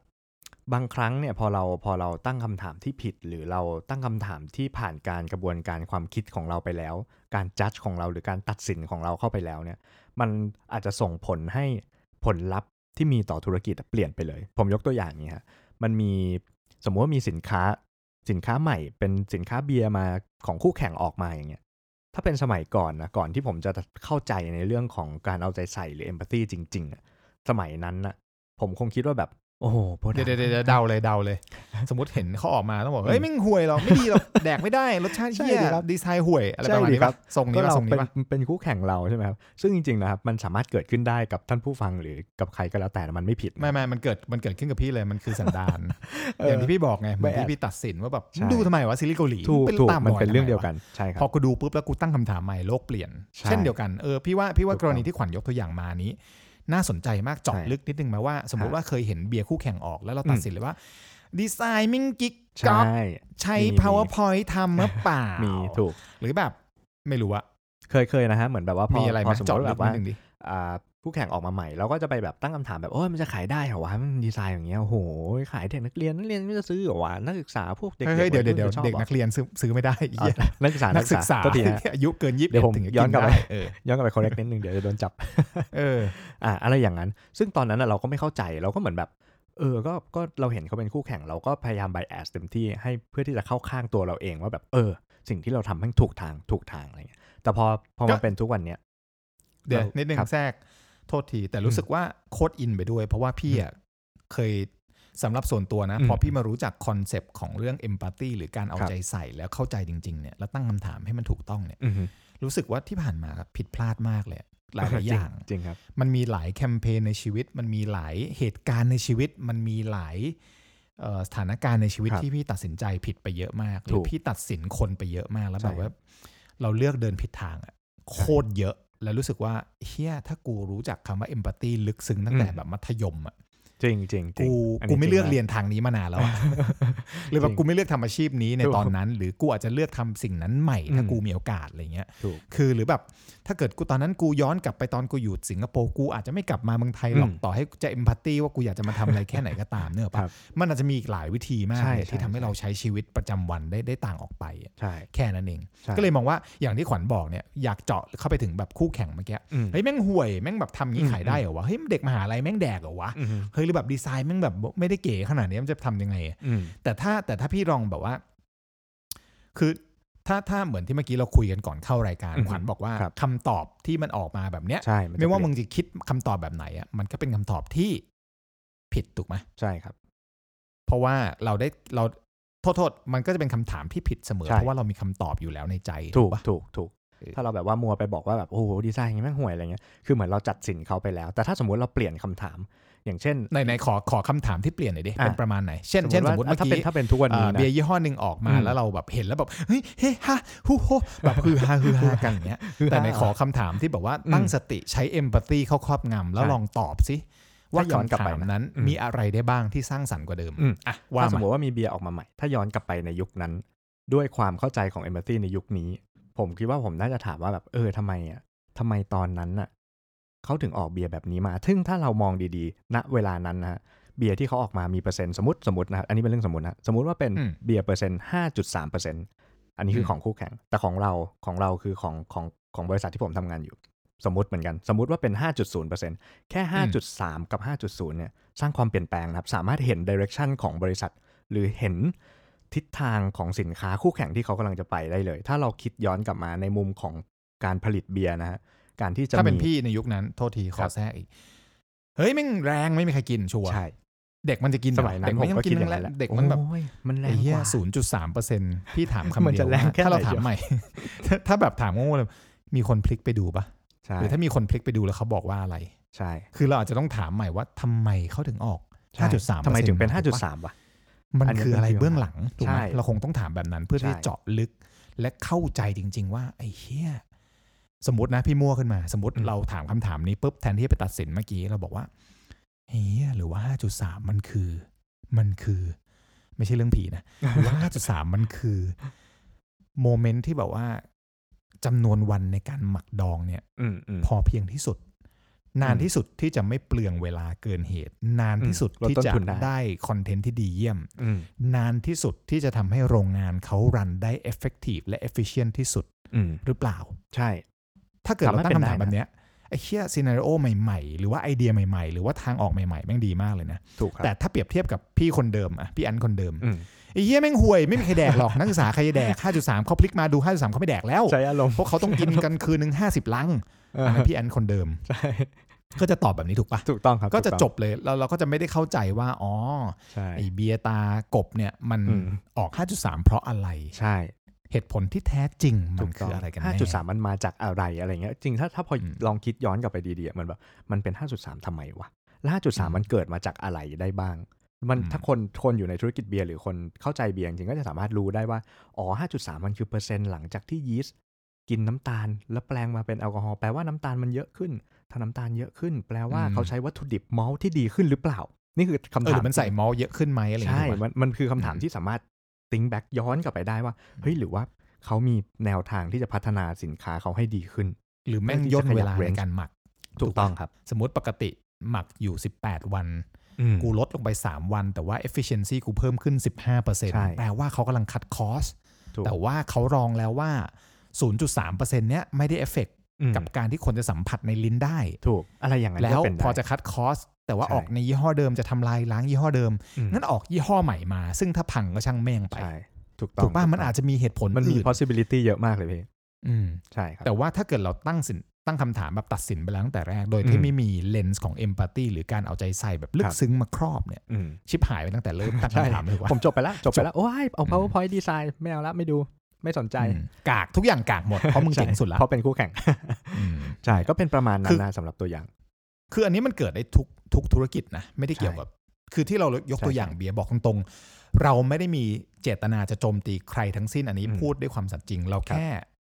Speaker 1: บางครั้งเนี่ยพอเราพอเราตั้งคำถามที่ผิด หรือเราตั้งคำถามที่ผ่านการกระบวนการความคิดของเราไปแล้ว การจัดของเราหรือการตัดสินของเราเข้าไปแล้วเนี่ย มันอาจจะส่งผลให้ผลลัพธ์ที่มีต่อธุรกิจเปลี่ยนไปเลย ผมยกตัวอย่างนี้ฮะมันมีสมมติว่ามีสินค้าสินค้าใหม่ เป็นสินค้าเบียร์มาของคู่แข่งออกมาอย่างเงี้ย ถ้าเป็นสมัยก่อนนะก่อนที่ผมจะเข้าใจในเรื่องของการเอาใจใส่หรือเอมพัตตีจริงๆอะสมัยนั้นนะผมคงคิดว่าแบบ โอ้โหโปรดั
Speaker 2: เดี๋ย
Speaker 1: ก
Speaker 2: วเดี๋
Speaker 1: ต์
Speaker 2: ยวเดี๋ยวเดาเลยเดาเลย สมมติเห็นเขาออกมาต้องบอกเฮ้ยแม่งห่วยหรอกไม่ดีหรอกแดกไม่ได้รสชาติ
Speaker 1: ใช่
Speaker 2: เหี้ย
Speaker 1: ดีครับ
Speaker 2: ดีไซน์ห่วยอะไรประมาณ
Speaker 1: ใช่ดี
Speaker 2: นี้
Speaker 1: ครั
Speaker 2: ปะ
Speaker 1: บ
Speaker 2: ทรง
Speaker 1: ก็
Speaker 2: นี้ปะ
Speaker 1: เรา
Speaker 2: ทรง
Speaker 1: เป็น
Speaker 2: นี้ปะ
Speaker 1: เป็นคู่แข่งเราใช่ไหมครับ ซึ่งจริงๆนะครับมันสามารถเกิดขึ้นได้กับท่านผู้ฟังหรือกับใครก็แล้วแต่มันไม่ผิดนะ
Speaker 2: ไม่ไม่มันเกิดมันเกิดขึ้นกับพี่เลยมันคือสันดาน
Speaker 1: เออ
Speaker 2: อ
Speaker 1: อย่าง
Speaker 2: ที่พี่บอกไงเหมือน
Speaker 1: ไม่แอด
Speaker 2: ที่พี่ตัดสินว่าแบบ
Speaker 1: ใช่
Speaker 2: ดูทำไมวะซีรีส์เกาหลี
Speaker 1: ถูก
Speaker 2: ป็
Speaker 1: ถูก
Speaker 2: ตา
Speaker 1: มัน
Speaker 2: บย
Speaker 1: เป็นเรื่องเดียวกั
Speaker 2: ทำไม
Speaker 1: นใช่ครั
Speaker 2: ะ
Speaker 1: บ
Speaker 2: พอกูดูปุ๊บแล้วกูตั้งคำถามใหม่โลกเปลี่ยน
Speaker 1: ใช่
Speaker 2: เช่นเดียวกันเออพี่ว่าพี่ว่า
Speaker 1: ถูก
Speaker 2: กรณีที่ขวัญยกตัวอย่างมานี้ น่าสนใจมากเจาะ
Speaker 1: ใช่
Speaker 2: ลึกนิดนึงไหมว่า สมมติว่าเคยเห็นเบียร์คู่แข่งออกแล้วเราตัดสินเลยว่า ดีไซน์มิ่งกิ๊ก
Speaker 1: ใช่
Speaker 2: ก๊อกใช้
Speaker 1: มีมี
Speaker 2: powerpoint ทำหรือเปล่า
Speaker 1: มีถูก
Speaker 2: หรือแบบไม่รู้อะ
Speaker 1: เคยเคยนะฮะเหมือนแบบว่าพอ
Speaker 2: มีอะไร
Speaker 1: พ
Speaker 2: ไห
Speaker 1: อ
Speaker 2: ม
Speaker 1: สมม
Speaker 2: เจอด
Speaker 1: ติ
Speaker 2: แบ
Speaker 1: แบบ บ
Speaker 2: นิ
Speaker 1: ว่า
Speaker 2: ดนึงดิ
Speaker 1: อ่าผู้แข่งออกมาใหม่เราก็จะไปแบบตั้งคำถามแบบโอ้ยมันจะขายได้เหรอวะมันดีไซน์อย่างเงี้ยโอ้โหขายเด็กนักเรียนนักเรียนไม่จะซื้อเหรอวะนักศึกษาพวกเด็ก
Speaker 2: เฮ้ยเดี๋ยวเดี๋ยวเดี๋ยว
Speaker 1: วัรุ่นจะชอบ
Speaker 2: เด็กนักเรียนซื้อซื้อไม่ได้ ไอ้
Speaker 1: อ๋อ
Speaker 2: เหี้ย
Speaker 1: นักศึกษา
Speaker 2: นั
Speaker 1: นั
Speaker 2: กศึกษา
Speaker 1: โทษทีฮะ
Speaker 2: อายุเกินยี่สิบ
Speaker 1: เดี๋ยวผม
Speaker 2: ถึงจะ
Speaker 1: ย้อนกลับไป
Speaker 2: ด้เออ
Speaker 1: ย้อนกลับไป correct นิดนึงเดี๋ยวจะโดนจับ
Speaker 2: เออ
Speaker 1: อ่าอะไรอย่างนั้น ซึ่งตอนนั้นน่ะเราก็ไม่เข้าใจเราก็เหมือนแบบ เออ ก็ก็เราเห็นเขาเป็นคู่แข่งเราก็พยายามไบแอสเต็มที่ให้เพื่อที่จะเข้าข้างตัวเราเองว่าแบบเออ สิ่งที่เราทำให้ถูกทางถูกทางอะไรเงี้ยแต่พอพอ
Speaker 2: ก็
Speaker 1: มาเป็นทุกวันเนี้ย
Speaker 2: เดี๋ยว
Speaker 1: เรา
Speaker 2: นิดนึง
Speaker 1: ครับ
Speaker 2: แทรกโทษที แต่รู้สึกว่าโคตรอินไปด้วย เพราะว่าพี่อะเคยสำหรับส่วนตัวนะ
Speaker 1: อืม
Speaker 2: พอพี่มารู้จักคอนเซปต์ของเรื่องเอมพัตตีหรือการเอา
Speaker 1: ครับ
Speaker 2: ใจใส่แล้วเข้าใจจริงๆเนี่ยแล้วตั้งคำถามให้มันถูกต้องเนี่ย
Speaker 1: อือฮึ
Speaker 2: รู้สึกว่าที่ผ่านมาผิดพลาดมากเลยหลายๆอย่าง
Speaker 1: จริงจริงครับ
Speaker 2: มันมีหลายแคมเปญในชีวิต มันมีหลายเหตุการณ์ในชีวิต มันมีหลายเอ่อสถานการณ์ในชีวิต
Speaker 1: ครับ
Speaker 2: ที่พี่ตัดสินใจผิดไปเยอะมากหรื
Speaker 1: ถู
Speaker 2: อก พี่ตัดสินคนไปเยอะมากแล้ว
Speaker 1: ใช่
Speaker 2: แบบว่า เราเลือกเดินผิดทางอะโคตรเยอะแล้วรู้สึกว่าเฮียถ้ากูรู้จักคำว่าเอมพัตตีลึกซึ้งตั้งแต่
Speaker 1: อืม
Speaker 2: แบบมัธยมอะ
Speaker 1: จริงจริงจริง
Speaker 2: กู
Speaker 1: อัน
Speaker 2: กู
Speaker 1: นี้
Speaker 2: ไม่เลือก
Speaker 1: จา
Speaker 2: เรียนทางนี้มานานแล้ว อะหรือแบบกูไม่เลือกทำอาชีพนี้ใน
Speaker 1: ถูก
Speaker 2: ตอนนั้น หรือกูอาจจะเลือกทำสิ่งนั้นใหม่ถ้า
Speaker 1: อืม
Speaker 2: กูมีโอกาสอะไรเงี้ย
Speaker 1: ถูก
Speaker 2: คือหรือแบบถ้าเกิดกูตอนนั้นกูย้อนกลับไปตอนกูอยู่สิงคโปร์กูอาจจะไม่กลับมาเมืองไทยหรอก
Speaker 1: อืม
Speaker 2: ต่อให้จะเอมพัตตีว่ากูอยากจะมาทำอะไร แค่ไหนก็ตามเนอะ
Speaker 1: ค
Speaker 2: ปะ
Speaker 1: รับ
Speaker 2: มันอาจจะมีอีกหลายวิธีมาก
Speaker 1: ใช่
Speaker 2: เลยที่
Speaker 1: ใช่
Speaker 2: ทำให้เราใช้ชีวิตประจำวันได้ได้ต่างออกไปอะ
Speaker 1: ใช่
Speaker 2: แค่นั้นเอง
Speaker 1: ใช่
Speaker 2: ก็เลยมองว่าอย่างที่ขวัญบอกเนี่ยอยากเจาะเข้าไปถึงแบบคู่แข่งเมื่อกี้
Speaker 1: อืม
Speaker 2: เฮ้ยแม่งห่วยแม่งแบบทำงี้
Speaker 1: อืม
Speaker 2: ขายได้เหรอวะเฮ้ยเด็กมหาลัยแม่งแดกเหรอวะ
Speaker 1: อือฮึ
Speaker 2: เฮ้ยหรือแบบดีไซน์แม่งแบบไม่ได้เก๋ขนาดนี้มันจะทำยังไงอะ
Speaker 1: อืม
Speaker 2: แต่ถ้าแต่ถ้าพี่ลองแบบว่า คือถ้าถ้าเหมือนที่เมื่อกี้เราคุยกันก่อนเข้ารายการ
Speaker 1: อือฮึ
Speaker 2: ขวัญบอกว่า
Speaker 1: ครับ
Speaker 2: คำตอบที่มันออกมาแบบเนี้ย
Speaker 1: ใช่นจะ
Speaker 2: ไม่ว่า
Speaker 1: เป
Speaker 2: มึ
Speaker 1: ลี่ยน
Speaker 2: งจะคิดคำตอบแบบไหนอ่ะมันก็เป็นคำตอบที่ผิดถูกไหม
Speaker 1: ใช่ครับ
Speaker 2: เพราะว่าเราได้เราโทษโทษมันก็จะเป็นคำถามที่ผิดเสมอ
Speaker 1: ใช่
Speaker 2: เพราะว่าเรามีคำตอบอยู่แล้วในใจ
Speaker 1: ถูก
Speaker 2: ปะ
Speaker 1: ถูกถูก
Speaker 2: เออ
Speaker 1: ถ้าเราแบบว่ามัวไปบอกว่าแบบโอ้โหดีไซน์อย่างงี้แม่งห่วยอะไรเงี้ยคือเหมือนเราจัดสินเขาไปแล้ว แต่ถ้าสมมติเราเปลี่ยนคำถาม อย่างเช่น
Speaker 2: ในในขอขอคำถามที่เปลี่ยนหน่อยดิ
Speaker 1: อ่ะ
Speaker 2: เป็นประมาณไหนเช่นเช่นสมมติ
Speaker 1: ว่า
Speaker 2: เมื่อ
Speaker 1: ถ้า
Speaker 2: กี้
Speaker 1: เป็นถ้าเป็นทุกวันนี้
Speaker 2: อ่า
Speaker 1: นะ
Speaker 2: เบียร์ยี่ห้อหนึ่งออกมา
Speaker 1: อืม
Speaker 2: แล้วเราแบบเห็นแล้วแบบเฮ้ยเฮ้ฮะฮูโฮแบบฮือฮาฮือฮากันอย่างเงี้ย
Speaker 1: ฮือฮา
Speaker 2: แต่ในขอคำถามที่แบบว่าตั้งสติใช้เอมพัตตีเข้าครอบงำแล้ว
Speaker 1: ใช่
Speaker 2: ลองตอบสิว่า
Speaker 1: ถ้าย้อนกลับ
Speaker 2: คำ
Speaker 1: ไป
Speaker 2: ถาม
Speaker 1: นะ
Speaker 2: นั้น
Speaker 1: อืม
Speaker 2: มีอะไรได้บ้างที่สร้างสรรค์กว่าเดิม
Speaker 1: อืม
Speaker 2: อ่ะว่า
Speaker 1: ถ้าสม
Speaker 2: มาม
Speaker 1: ติว่ามีเบียร์ออกมาใหม่ ถ้าย้อนกลับไปในยุคนั้น ด้วยความเข้าใจของเอมพัตตีในยุคนี้ ผมคิดว่าผมน่าจะถามว่าแบบเออทำไมอ่ะทำไมตอนนั้นน่ะเขาถึงออกเบียร์แบบนี้มาซึ่งถ้าเรามองดีๆ ณเวลานั้นนะฮะเบียร์ที่เขาออกมามีเปอร์เซ็นต์สมมติสมมตินะครับอันนี้เป็นเรื่องสมมตินะสมมติว่าเป็นเบียร์เปอร์เซ็นต์ห้าจุดสามเปอร์เซ็นต์อันนี้คือของคู่แข่ง แต่ของเราของเราคือของของของบริษัทที่ผมทำงานอยู่ สมมติเหมือนกัน สมมติว่าเป็น 5.0%แค่ 5.3 กับ 5.0 เนี่ย สร้างความเปลี่ยนแปลงนะครับ สามารถเห็นดิเรกชันของบริษัท หรือเห็นทิศทางของสินค้าคู่แข่งที่เขากำลังจะไปได้เลย ถ้าเราคิดย้อนกลับมาในมุมของการผลิตเบียร์นะฮะ การที่จะ
Speaker 2: ถ้าเป็น
Speaker 1: มี
Speaker 2: พี่ในยุคนั้นโทษทีข
Speaker 1: ค
Speaker 2: อ
Speaker 1: รับ
Speaker 2: แทรกอีกเฮ้ยแม่งแรงไม่มีใครกินชัวร์
Speaker 1: ใช่
Speaker 2: เด็กมันจะกินเหรอ
Speaker 1: สมัยนั้
Speaker 2: เด็
Speaker 1: น
Speaker 2: ก
Speaker 1: ผ
Speaker 2: ไม่
Speaker 1: ม
Speaker 2: ต้อ
Speaker 1: ก็
Speaker 2: งกิ
Speaker 1: คิด
Speaker 2: น
Speaker 1: อ
Speaker 2: แร
Speaker 1: ย่างงนั้นแห
Speaker 2: ง
Speaker 1: ละ
Speaker 2: เด็กมันแบบ
Speaker 1: โอ้ยมันแรง
Speaker 2: ไอ้เหี้
Speaker 1: ก
Speaker 2: ย
Speaker 1: ว่า
Speaker 2: ศูนย์จุดสามเปอร์เซ็นต์พี่ถามคำ
Speaker 1: มัน
Speaker 2: เดีย
Speaker 1: จะ
Speaker 2: ว
Speaker 1: แรง
Speaker 2: ว่า
Speaker 1: แค่
Speaker 2: ถ้าเรา
Speaker 1: ไหน
Speaker 2: ถาม
Speaker 1: เชียว
Speaker 2: ใหม่ ถ้าถ้าแบบถามโง่ๆเลยมีคนพลิกไปดูปะ
Speaker 1: ใช่
Speaker 2: หรือถ้ามีคนพลิกไปดูแล้วเขาบอกว่าอะไร
Speaker 1: ใช่
Speaker 2: คือเราอาจจะต้องถามใหม่ว่าทำไมเขาถึงออก
Speaker 1: ใช่
Speaker 2: 5.3
Speaker 1: ทำไมถึงเป็น
Speaker 2: ถูกปะ
Speaker 1: 5.3 วะ
Speaker 2: มัน
Speaker 1: อันนี้
Speaker 2: คืออะไรเบื้องหลังถูกไหม
Speaker 1: ใช่
Speaker 2: เราคงต้องถามแบบนั้นเพื่อที่
Speaker 1: ใช่
Speaker 2: เจาะลึกและเข้าใจจริง ๆ ว่าไอ้เหี้ยสมมตินะพี่มั่วขึ้นมา สมมติเราถามคำถามนี้ปุ๊บแทนที่จะไปตัดสินเมื่อกี้เราบอกว่าเฮียหรือว่า 5.3 มันคือ มันคือ ไม่ใช่เรื่องผีนะหรือว่า 5.3 มันคือโมเมนต์ที่แบบว่าจำนวนวันในการหมักดองเนี่ย
Speaker 1: อืมอืม
Speaker 2: พอเพียงที่สุด นาน
Speaker 1: อืม
Speaker 2: ที่สุดที่จะไม่เปลืองเวลาเกินเหตุ นานที่สุด
Speaker 1: ลด
Speaker 2: ที่
Speaker 1: ต้น
Speaker 2: จะ
Speaker 1: ทุนได้
Speaker 2: ได้คอนเทนต์ที่ดีเยี่ยม
Speaker 1: อืม
Speaker 2: นานที่สุดที่จะทำให้โรงงานเขารันได้ effective และ efficient ที่สุด
Speaker 1: อืม
Speaker 2: หรือเปล่า
Speaker 1: ใช่
Speaker 2: ถ้าเกิดเรา
Speaker 1: สามารถ
Speaker 2: ตั้งคำถาม
Speaker 1: เป็นได้นะ
Speaker 2: แบบเนี้ยไอ้เชี่ยซีนารีโอใหม่ๆ หรือว่าไอเดียใหม่ๆ หรือว่าทางออกใหม่ๆ แม่งดีมากเลยนะ
Speaker 1: ถูกครับ
Speaker 2: แต่ถ้าเปรียบเทียบกับพี่คนเดิมอะพี่อันคนเดิม
Speaker 1: อืม
Speaker 2: ไอ้เหี้ยแม่งห่วยไม่มีใครแดกหรอก นักศึกษาใครจะแดก 5.3เขาพลิกมาดู 5.3เขาไม่แดกแล้ว
Speaker 1: ใช้อารมณ์
Speaker 2: เพราะเขาต้องกินกันคืนหนึง50 ลังอันนั้นพี่อันคนเดิม
Speaker 1: ใช่
Speaker 2: ก็จะตอบแบบนี้ถูกปะ
Speaker 1: ถูกต้องครับ
Speaker 2: ก็จะ
Speaker 1: ถูต้อง
Speaker 2: จบเลยแล้วเราก็จะไม่ได้เข้าใจว่าอ๋อ
Speaker 1: ใช่
Speaker 2: ไอเบียร์ตากบเนี่ยมัน
Speaker 1: อืม
Speaker 2: ออก 5.3 เพราะอะไร
Speaker 1: ใช่
Speaker 2: เหตุผลที่แท้จริงมั
Speaker 1: ถู
Speaker 2: น
Speaker 1: กต้
Speaker 2: คื
Speaker 1: ง
Speaker 2: ออะไรกัน
Speaker 1: ห้า
Speaker 2: แน่
Speaker 1: จุดสามมันมาจากอะไรอะไรเงี้ยจริงถ้าถ้าพออ
Speaker 2: ม
Speaker 1: ลองคิดย้อนกลับไปดีๆอะมันแบบมันเป็น 5.3ทำไมวะและ5.3 มันเกิดมาจากอะไรได้บ้าง มันถ้าคนคนอยู่ในธุรกิจเบียร์หรือคนเข้าใจเบียร์จริงๆก็จะสามารถรู้ได้ว่าอ๋อ 5.3 มันคือเปอร์เซ็นต์หลังจากที่ยีสต์กินน้ำตาล แล้วแปลงมาเป็นแอลกอฮอล์แปลว่าน้ำตาลมันเยอะขึ้น ถ้าน้ำตาลเยอะขึ้น แปลว่า
Speaker 2: อืม
Speaker 1: เขาใช้วัตถุดิบมอลที่ดีขึ้นหรือเปล่า นี่คือคำ
Speaker 2: เออห
Speaker 1: ถา
Speaker 2: รื
Speaker 1: ม
Speaker 2: อมันใส่มอลเยอะขึ้นไหมอะไรอย่าง
Speaker 1: ใช่
Speaker 2: เงี้ย
Speaker 1: มันมันคือคำถาม
Speaker 2: อืม
Speaker 1: ที่สามารถ think back ย้อนกลับไปได้ว่า เฮ้ย หรือว่าเขามีแนวทางที่จะพัฒนาสินค้าเขาให้ดีขึ้น
Speaker 2: หรือแม่งย่นเวลาในการหมัก
Speaker 1: ถูกต้องครับ
Speaker 2: สมมติปกติหมักอยู่ 18 วัน
Speaker 1: กู
Speaker 2: กูลดลงไป 3 วัน แต่ว่า efficiency กูเพิ่มขึ้น
Speaker 1: ใช่
Speaker 2: 15%แปลว่าเขากำลังคัดคอส
Speaker 1: ถูก
Speaker 2: แต่ว่าเขารองแล้วว่า 0.3%เนี้ยไม่ได้เอฟเฟก
Speaker 1: อืม
Speaker 2: กับการที่คนจะสัมผัสในลิ้นได้
Speaker 1: ถูกอะไรอย่างนั้น
Speaker 2: แล้ว
Speaker 1: ก็เป็นได้
Speaker 2: พอจะคัดคอสแต่ว่า
Speaker 1: ใช่
Speaker 2: ออกในยี่ห้อเดิมจะทำลายล้างยี่ห้อเดิม
Speaker 1: อืม
Speaker 2: งั้นออกยี่ห้อใหม่มา ซึ่งถ้าพังก็ช่างแม่งไป
Speaker 1: ใช่ถูกต้อง
Speaker 2: ถูกป่ะ
Speaker 1: ถู
Speaker 2: มันอาจจะมีเหตุผล
Speaker 1: มันมี
Speaker 2: อื่น
Speaker 1: possibility เยอะมากเลยพี่
Speaker 2: อืม
Speaker 1: ใช่ครับ
Speaker 2: แต่ว่าถ้าเกิดเราตั้งสินตั้งคำถามแบบตัดสินไปแล้วตั้งแต่แรก โดย
Speaker 1: อื
Speaker 2: ที่
Speaker 1: ม
Speaker 2: ไม่มีเลนส์ของเอมพัตตีหรือการเอาใจใส่แบบลึ
Speaker 1: ครั
Speaker 2: ก
Speaker 1: บ
Speaker 2: ซึ้งมาครอบเนี่ย
Speaker 1: อืม
Speaker 2: ชิบหายไปตั้งแต่เริ่มตั้งคำถามเลยว่า
Speaker 1: ผมจบไปแล้ว จบ
Speaker 2: จ
Speaker 1: ไป
Speaker 2: บ
Speaker 1: แล้ว โอ้ยเอา powerpoint design ไม่เอาละไม่ดูไม่สนใจ
Speaker 2: อืมกากทุกอย่างกากหมด เพราะมึง
Speaker 1: ใช่
Speaker 2: เก่งสุดละ
Speaker 1: เพราะเป็นคู่แข่ง
Speaker 2: อืม
Speaker 1: ใช่ก็เป็นประมาณนั้
Speaker 2: คื
Speaker 1: น
Speaker 2: อ
Speaker 1: นะสำหรับตัวอย่าง
Speaker 2: คืออันนี้มันเกิดได้ทุกทุกธุรกิจนะ ไม่ได้เกี่ยวกับ คือที่เรายกตัว
Speaker 1: ใช่
Speaker 2: อย่างเบียร์บอกตรงๆ เราไม่ได้มีเจตนาจะโจมตีใครทั้งสิ้นอันนี้
Speaker 1: อืม
Speaker 2: พูดด้วยความสัตย์จริง เรา
Speaker 1: ครับ
Speaker 2: แค่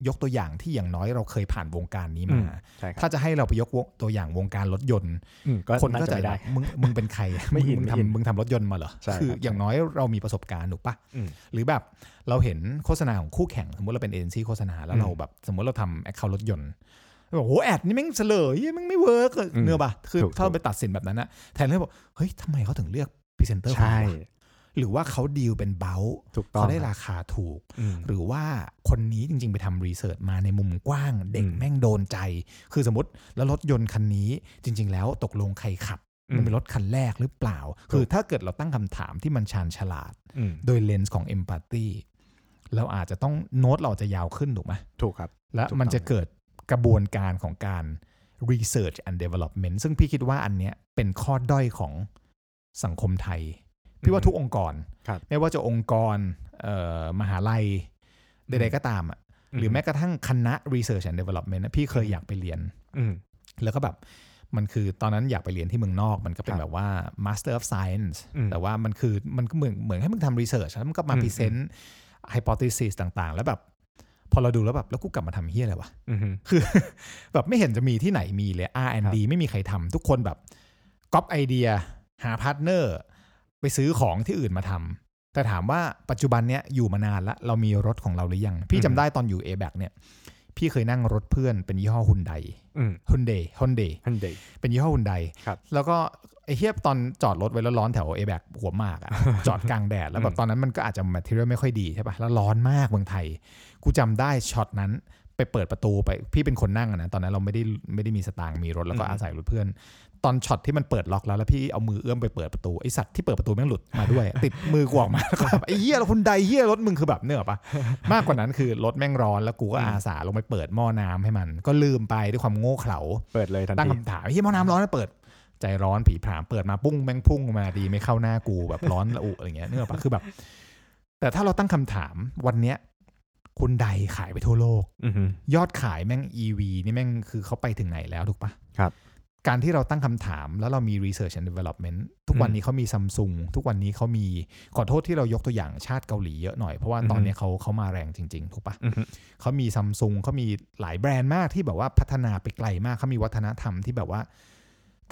Speaker 2: ยกตัวอย่างที่อย่างน้อยเราเคยผ่านวงการนี้
Speaker 1: อื
Speaker 2: มา
Speaker 1: มใช่ครับ
Speaker 2: ถ้าจะให้เราไปยกวงตัวอย่างวงการรถยนต์
Speaker 1: อืม
Speaker 2: คนก็
Speaker 1: า
Speaker 2: จะ
Speaker 1: ไม่
Speaker 2: แบ
Speaker 1: ได้
Speaker 2: บมึงมึงเป็นใครอะ
Speaker 1: ไม่อิน
Speaker 2: มึง
Speaker 1: ไม่อิน
Speaker 2: ทำมึงทำรถยนต์มาเหรอ
Speaker 1: ใช่ครับ
Speaker 2: คืออย่างน้อยเรามีประสบการณ์ถูกปะ
Speaker 1: อืม
Speaker 2: หรือแบบเราเห็นโฆษณาของคู่แข่ง สมมติเราเป็นเอเจนซี่โฆษณาแล้ว
Speaker 1: อืม
Speaker 2: เราแบบ สมมติเราทำแอคเคาท์รถยนต์แล้วบอกโหแอดนี่แม่งเฉลยแม่งไม่เวิร์ก
Speaker 1: อืม
Speaker 2: เนื้อปะคือ
Speaker 1: ถูก
Speaker 2: ถ้าเราไปตัดสินแบบนั้นนะแทนที่จะบอกเฮ้ยทำไมเขาถึงเลือกพรีเซนเตอร์ของ
Speaker 1: ใช่
Speaker 2: เราวะหรือว่าเขาดีลเป็นเบล
Speaker 1: ถูกต้อ
Speaker 2: เขา
Speaker 1: ง
Speaker 2: ได้ราคาถูก
Speaker 1: อืม
Speaker 2: หรือว่าคนนี้จริง ๆ ไปทำรีเสิร์ชมาในมุมกว้าง เด็ก
Speaker 1: อืม
Speaker 2: แม่งโดนใจ คือสมมติแล้วรถยนต์คันนี้จริง ๆ แล้วตกลงใครขับ มันเป็นรถคันแรกหรือเปล่า
Speaker 1: ถูก
Speaker 2: คือถ้าเกิดเราตั้งคำถามที่มันชาญฉลาด
Speaker 1: อืม
Speaker 2: โดยเลนส์ของ Empathy เราอาจจะต้องโน้ตเราจะยาวขึ้นถูกไหม
Speaker 1: ถูกครับ
Speaker 2: และ
Speaker 1: ถูกต้อง
Speaker 2: มันจะเกิดกระบวนการของการ Research and Development ซึ่งพี่คิดว่าอันเนี้ยเป็นข้อด้อยของสังคมไทย พี่ว่าทุกองค์กร
Speaker 1: ครับ
Speaker 2: ไม่ว่าจะองค์กรเอ่อมหาลัย ใดๆก็ตามอ่ะหรือแม้กระทั่งคณะ Research and Development นะพี่เคยอยากไปเรียน
Speaker 1: อืม
Speaker 2: แล้วก็แบบ มันคือตอนนั้นอยากไปเรียนที่เมืองนอก มันก็เป็
Speaker 1: ครั
Speaker 2: น
Speaker 1: บ
Speaker 2: แบบว่า Master of Science
Speaker 1: อืม
Speaker 2: แต่ว่ามันคือมันก็เหมือนเหมือนให้มึงทำ Research แล้วมันก็มา
Speaker 1: อืม
Speaker 2: พรีเซนต์ Hypothesis ต่างๆ แล้วแบบ พอเราดูแล้วแบบ แล้วกูกลับมาทำเฮียอะไรวะ
Speaker 1: อืม
Speaker 2: คือ แบบไม่เห็นจะมีที่ไหนมีเลย R&D ไม่มีใครทำทุกคนแบบก๊อปไอเดีย หาพาร์ทเนอร์ ไปซื้อของที่อื่นมาทำแต่ถามว่าปัจจุบันเนี้ยอยู่มานานละเรามีรถของเราหรือยัง
Speaker 1: อื
Speaker 2: พี่
Speaker 1: ม
Speaker 2: จำได้ตอนอยู่ a b a c เนี่ย พี่เคยนั่งรถเพื่อนเป็นยี่ห้อฮุนได
Speaker 1: อืม
Speaker 2: ฮุนเดฮุนเด
Speaker 1: ฮันเด
Speaker 2: เป็นยี่ห้อฮุนได
Speaker 1: ครับ
Speaker 2: แล้วก็ไอเทียบตอนจอดรถไว้แล้วร้อนแถว a b a c หัวห มากอะ จอดกลางแดดแล้วแบ
Speaker 1: อื
Speaker 2: บ
Speaker 1: ม
Speaker 2: ตอนนั้นมันก็อาจจะมาเทียไม่ค่อยดีใช่ปะแล้วร้อนมากเมืองไทย กูจำได้ช็อตนั้นไปเปิดประตูไปพี่เป็นคนนั่งอะนะตอนนั้นเราไม่ได้ไม่ได้มีสตางค์มีรถแล้วก็
Speaker 1: อืม
Speaker 2: อาศัยรถเพื่อน ตอนช็อตที่มันเปิดล็อกแล้วแล้วพี่เอามือเอื้อมไปเปิดประตูไอสัตว์ที่เปิดประตูแม่งห ลุดมาด้วย ติดมือกูออกมาแล้วก็แบบไอเหี้ยแล้วคนใดเหี้ยรถมึงคือแบบเนื้ อปะ มากกว่านั้นคือรถแม่งร้อนแล้วกูก็อาสาลงไปเปิดหม้อน้ำให้มัน ก็ลืมไปด้วยความโง่เขลา
Speaker 1: เปิดเลยทัน
Speaker 2: ตั้ง
Speaker 1: ที
Speaker 2: คำถามไอ้เหี้ยหมอน้ำร้อนนะเปิด ใจร้อนผีผลามเปิดมาปุ้งแม่งพุ่งมาดีไม่เข้าหน้ากูแบบร้อนระอุอะไรเงี้ยเนื้ออกปะคือแบบ แต่ถ้าเราตั้งคำถามวันเนี้ยคุณใดขายไปทั่วโลก
Speaker 1: อืม
Speaker 2: ยอดขายแม่ง EV นี่แม่งคือเขาไปถึงไหนแล้วถูกปะ
Speaker 1: ครับ
Speaker 2: การที่เราตั้งคำถามแล้วเรามี research and development ทุกวัน
Speaker 1: อืม
Speaker 2: นี้เขามีซัมซุงทุกวันนี้เขามีขอโทษที่เรายกตัวอย่างชาติเกาหลีเยอะหน่อย เพราะว่าตอน
Speaker 1: อือฮึ
Speaker 2: เนี้ยเขาเขามาแรงจริง ๆ ถูกปะ
Speaker 1: อืม
Speaker 2: เขามีซัมซุงเขามีหลายแบรนด์มากที่แบบว่าพัฒนาไปไกลมากเขามีวัฒนธรรมที่แบบว่า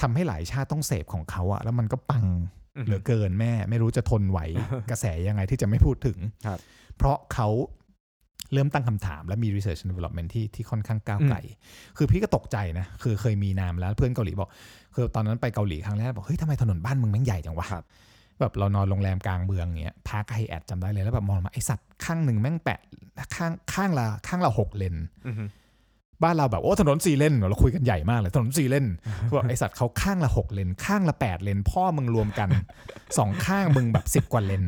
Speaker 2: ทำให้หลายชาติต้องเสพของเขาอะแล้วมันก็ปัง
Speaker 1: อือฮึ
Speaker 2: เหลือเกินแม่ ไม่รู้จะทนไหว กระแสยังไงที่จะไม่พูดถึง
Speaker 1: ครับ
Speaker 2: เพราะเขาเริ่มตั้งคำถามและมี research and development ที่ที่ค่อนข้างก้าวไกล คือพี่ก็ตกใจนะ คือเคยมีนามแล้วเพื่อนเกาหลีบอก คือตอนนั้นไปเกาหลีครั้งแรกบอกเฮ้ยทำไมถนนบ้านมึงแม่งใหญ่จังวะ
Speaker 1: ครับ
Speaker 2: แบบเรานอนโรงแรมกลางเมืองเงี้ยพาร์คไฮแอทจำได้เลยแล้วแบบมองมาไอสัตว์ข้างหนึ่งแม่งแปะข้างข้างละข้างละหกเลน
Speaker 1: อืม
Speaker 2: บ้านเราแบบโอ้ถนนสี่เลนเราคุยกันใหญ่มากเลยถนนสี่เลนเขาบอกไอสัตว์เขาข้างละหกเลนข้างละแปดเลนพ่อมึงรวมกัน สองข้างมึงแบบสิบกว่าเลน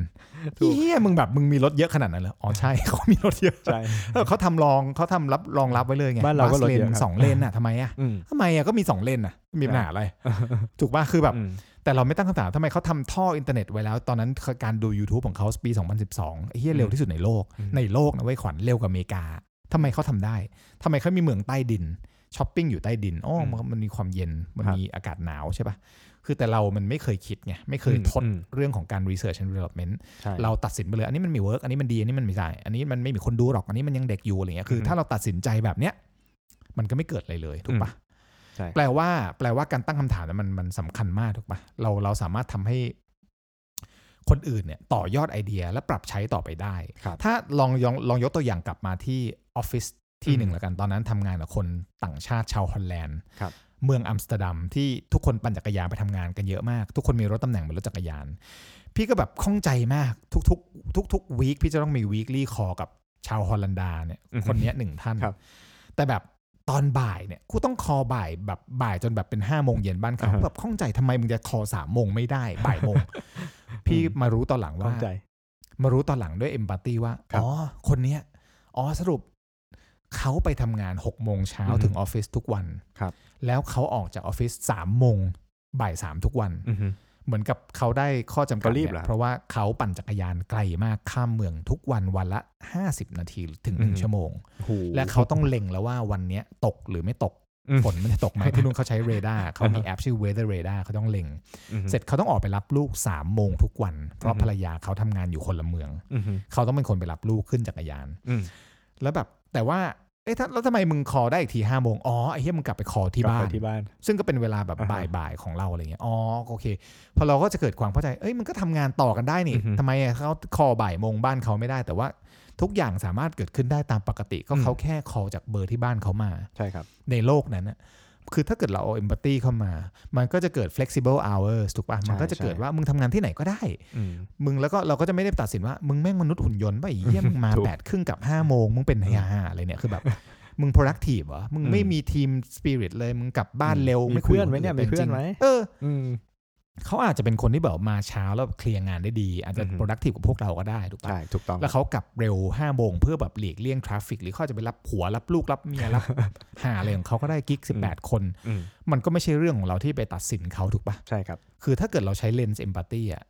Speaker 1: ถูก
Speaker 2: เฮียมึงแบบมึงมีรถเยอะขนาดนั้นเหรออ๋อใช่ เขามีรถเยอะ
Speaker 1: ใช่
Speaker 2: เออเขาทำรองเขาทำรับรองรับไว้เลยไง
Speaker 1: บ้านเราก็รถ
Speaker 2: เล
Speaker 1: เย
Speaker 2: น
Speaker 1: อะครับ
Speaker 2: สองเลนอ่ะทำไมอ่ะ
Speaker 1: อืม
Speaker 2: ทำไมอ่ะก็มีสองเลนอ่ะมีปัญหาอะไร ถูกป่ะคือแบบ
Speaker 1: อืม
Speaker 2: แต่เราไม่ตั้งคำถามทำไมเขาทำท่ออินเทอร์เน็ตไว้แล้ว ตอนนั้นการดู YouTube ของเขาปี 2012ไอ้เฮียเร็วที่สุดในโลก
Speaker 1: อืม
Speaker 2: ในโลกนะเว้ยขวัญเร็วกว่าอเมริกาทำไมเขาทำได้ทำไมเขามีเมืองใต้ดินช้อปปิ้งอยู่ใต้ดินอ๋อมันมันมีความเย็นมันมีอากาศหนาวใช่ปะคือแต่เรามันไม่เคยคิดไงไม่เคยทด
Speaker 1: อืม
Speaker 2: เรื่องของการ research and development
Speaker 1: ใช่
Speaker 2: เราตัดสินไปเลย อันนี้มันมีเวิร์กอันนี้มันดีอันนี้มันไม่ได้อันนี้มันไม่มีคนดูหรอกอันนี้มันยังเด็กอยู่อะไรเงี้ยคือ ถ้าเราตัดสินใจแบบเนี้ยมันก็ไม่เกิดอะไรเลยถูกปะ
Speaker 1: ใช่
Speaker 2: แปลว่าแปลว่าการตั้งคำถามนั้นมันมันสำคัญมากถูกปะเราเราสามารถทำให้คนอื่นเนี่ยต่อยอดไอเดียและปรับใช้ต่อไปได้
Speaker 1: ครับ
Speaker 2: ถ้าลองลองลองยกตัวอย่างกลับมาที่ออฟฟิศที่หนึ่ง
Speaker 1: อืม
Speaker 2: แล้วกันตอนนั้นทำงานกับคนต่างชาติชาวฮอลแลนด์
Speaker 1: ครับ
Speaker 2: เมืองอัมสเตอร์ดัมที่ทุกคนปั่นจักรยานไปทำงานกันเยอะมาก ทุกคนมีรถตำแหน่งเป็นรถจักรยาน พี่ก็แบบข้องใจมากทุกๆ ทุกๆวีคพี่จะต้องมีวีคลี่คอกับชาวฮอลันดาเนี่ย
Speaker 1: อือฮึ
Speaker 2: คนเนี้ยหนึ่งท่าน
Speaker 1: ครับ
Speaker 2: แต่แบบตอนบ่ายเนี่ยกูต้องคอบ่ายแบบบ่ายจนแบบเป็นห้าโมงเย็นบ้านเขาแบบข้องใจทำไมมึงจะคอสามโมงไม่ได้บ่าย โมง พี่มารู้ตอนหลัง
Speaker 1: เข้า
Speaker 2: ว่า
Speaker 1: ใจ
Speaker 2: มารู้ตอนหลังด้วยเอมพัตตีว่า
Speaker 1: ครับ
Speaker 2: อ๋อ คนเนี้ย อ๋อสรุปเขาไปทำงาน6โมงเช้า
Speaker 1: อือฮึ
Speaker 2: ถึงออฟฟิศทุกวัน
Speaker 1: ครับ
Speaker 2: แล้วเขาออกจากออฟฟิศ3โมงบ่ายสามทุกวัน
Speaker 1: อือฮึ
Speaker 2: เหมือนกับเขาได้ข้อจำกัด
Speaker 1: เขารีบ
Speaker 2: นี่ย
Speaker 1: เหรอครับ
Speaker 2: เพราะว่าเขาปั่นจักรยานไกลมากข้ามเมืองทุกวันวันละ 50 นาทีถึงหนึ่ง
Speaker 1: อือฮึ
Speaker 2: ชั่วโมง
Speaker 1: โห
Speaker 2: และเขาต้องเล็งแล้วว่าวันเนี้ยตกหรือไม่ตก
Speaker 1: อืม
Speaker 2: ฝนมันจะตกไหมที่นู่นเขาใช้เรดาร์เขา มี
Speaker 1: อ่าฮะ
Speaker 2: แอปชื่อ Weather Radar เขาต้องเล็ง
Speaker 1: อือฮึ
Speaker 2: เสร็จเขาต้องออกไปรับลูก3ามโมงทุกวัน เพ
Speaker 1: อือ
Speaker 2: ราะ
Speaker 1: ฮึ
Speaker 2: ภรรยาเขาทำงานอยู่คนละเมือง
Speaker 1: อือฮึ
Speaker 2: เขาต้องเป็นคนไปรับลูกขึ้นจักรยาน
Speaker 1: อืม
Speaker 2: แล้วแบบ แต่ว่าเอ๊ะถ้าแล้วทำไมมึงคอได้อีกทีห้าโมงอ๋อไอ้เหี้ยมึงกลับไปคอที่
Speaker 1: กลั
Speaker 2: บ้า
Speaker 1: ไป
Speaker 2: น
Speaker 1: ที่บ้าน
Speaker 2: ซึ่งก็เป็นเวลาแบบ
Speaker 1: อ่าฮะ
Speaker 2: บ่ายบ่ายๆของเราอะไรเงี้ยอ๋อโอเค พอเราก็จะเกิดความเข้าใจ เอ้ยมันก็ทำงานต่อกันได้นี่
Speaker 1: อือฮึ
Speaker 2: ทำไมอะเขาคอบ่ายโมงบ้านเขาไม่ได้ แต่ว่าทุกอย่างสามารถเกิดขึ้นได้ตามปกติก็
Speaker 1: อืม
Speaker 2: เขาแค่คอจากเบอร์ที่บ้านเขามา
Speaker 1: ใช่ครับ
Speaker 2: ในโลกนั้นน่ะคือถ้าเกิดเราเอา empathy เข้ามา มันก็จะเกิด flexible hours ถูกปะ่ะ มันก็จะ
Speaker 1: ใช่
Speaker 2: เกิดว่ามึงทำงานที่ไหนก็ได้
Speaker 1: อืม
Speaker 2: มึงแล้วก็เราก็จะไม่ได้ตัดสินว่า มึงแม่งมนุษย์หุ่นยนต์ป่ะไอ้เยี่ยม งมา
Speaker 1: ถูก
Speaker 2: แปดครึ่งกับห้าโมง มึงเป็นฮาๆอะไรเนี่ยคือแบบ มึง productive เหรอ มึงไม่
Speaker 1: อืม
Speaker 2: มีทีม spirit เลย มึงกลับบ้านเร็ว
Speaker 1: มี
Speaker 2: ไม่คุย
Speaker 1: เพื่อนไหมเนี่ยมีเพื่อนไหม
Speaker 2: จริงๆเออ
Speaker 1: อืม
Speaker 2: เขาอาจจะเป็นคนที่แบบมาเช้าแล้วเคลียร์งานได้ดี อาจจะ
Speaker 1: อือฮึ
Speaker 2: productive กับพวกเราก็ได้ถูกปะ
Speaker 1: ใช่ถูกต้อง
Speaker 2: แล้วเขากลับเร็วห้าโมงเพื่อแบบหลีกเลี่ยงทราฟิกหรือเขาอาจจะไปรับผัวรับลูกรับเมียรับ หาอะไรของเขาก็ได้กิ๊กสิบแปดคน
Speaker 1: อืม
Speaker 2: มันก็ไม่ใช่เรื่องของเราที่ไปตัดสินเขาถูกปะ
Speaker 1: ใช่ครับ
Speaker 2: คือถ้าเกิดเราใช้เลนส์เอมพัตตีอ่ะ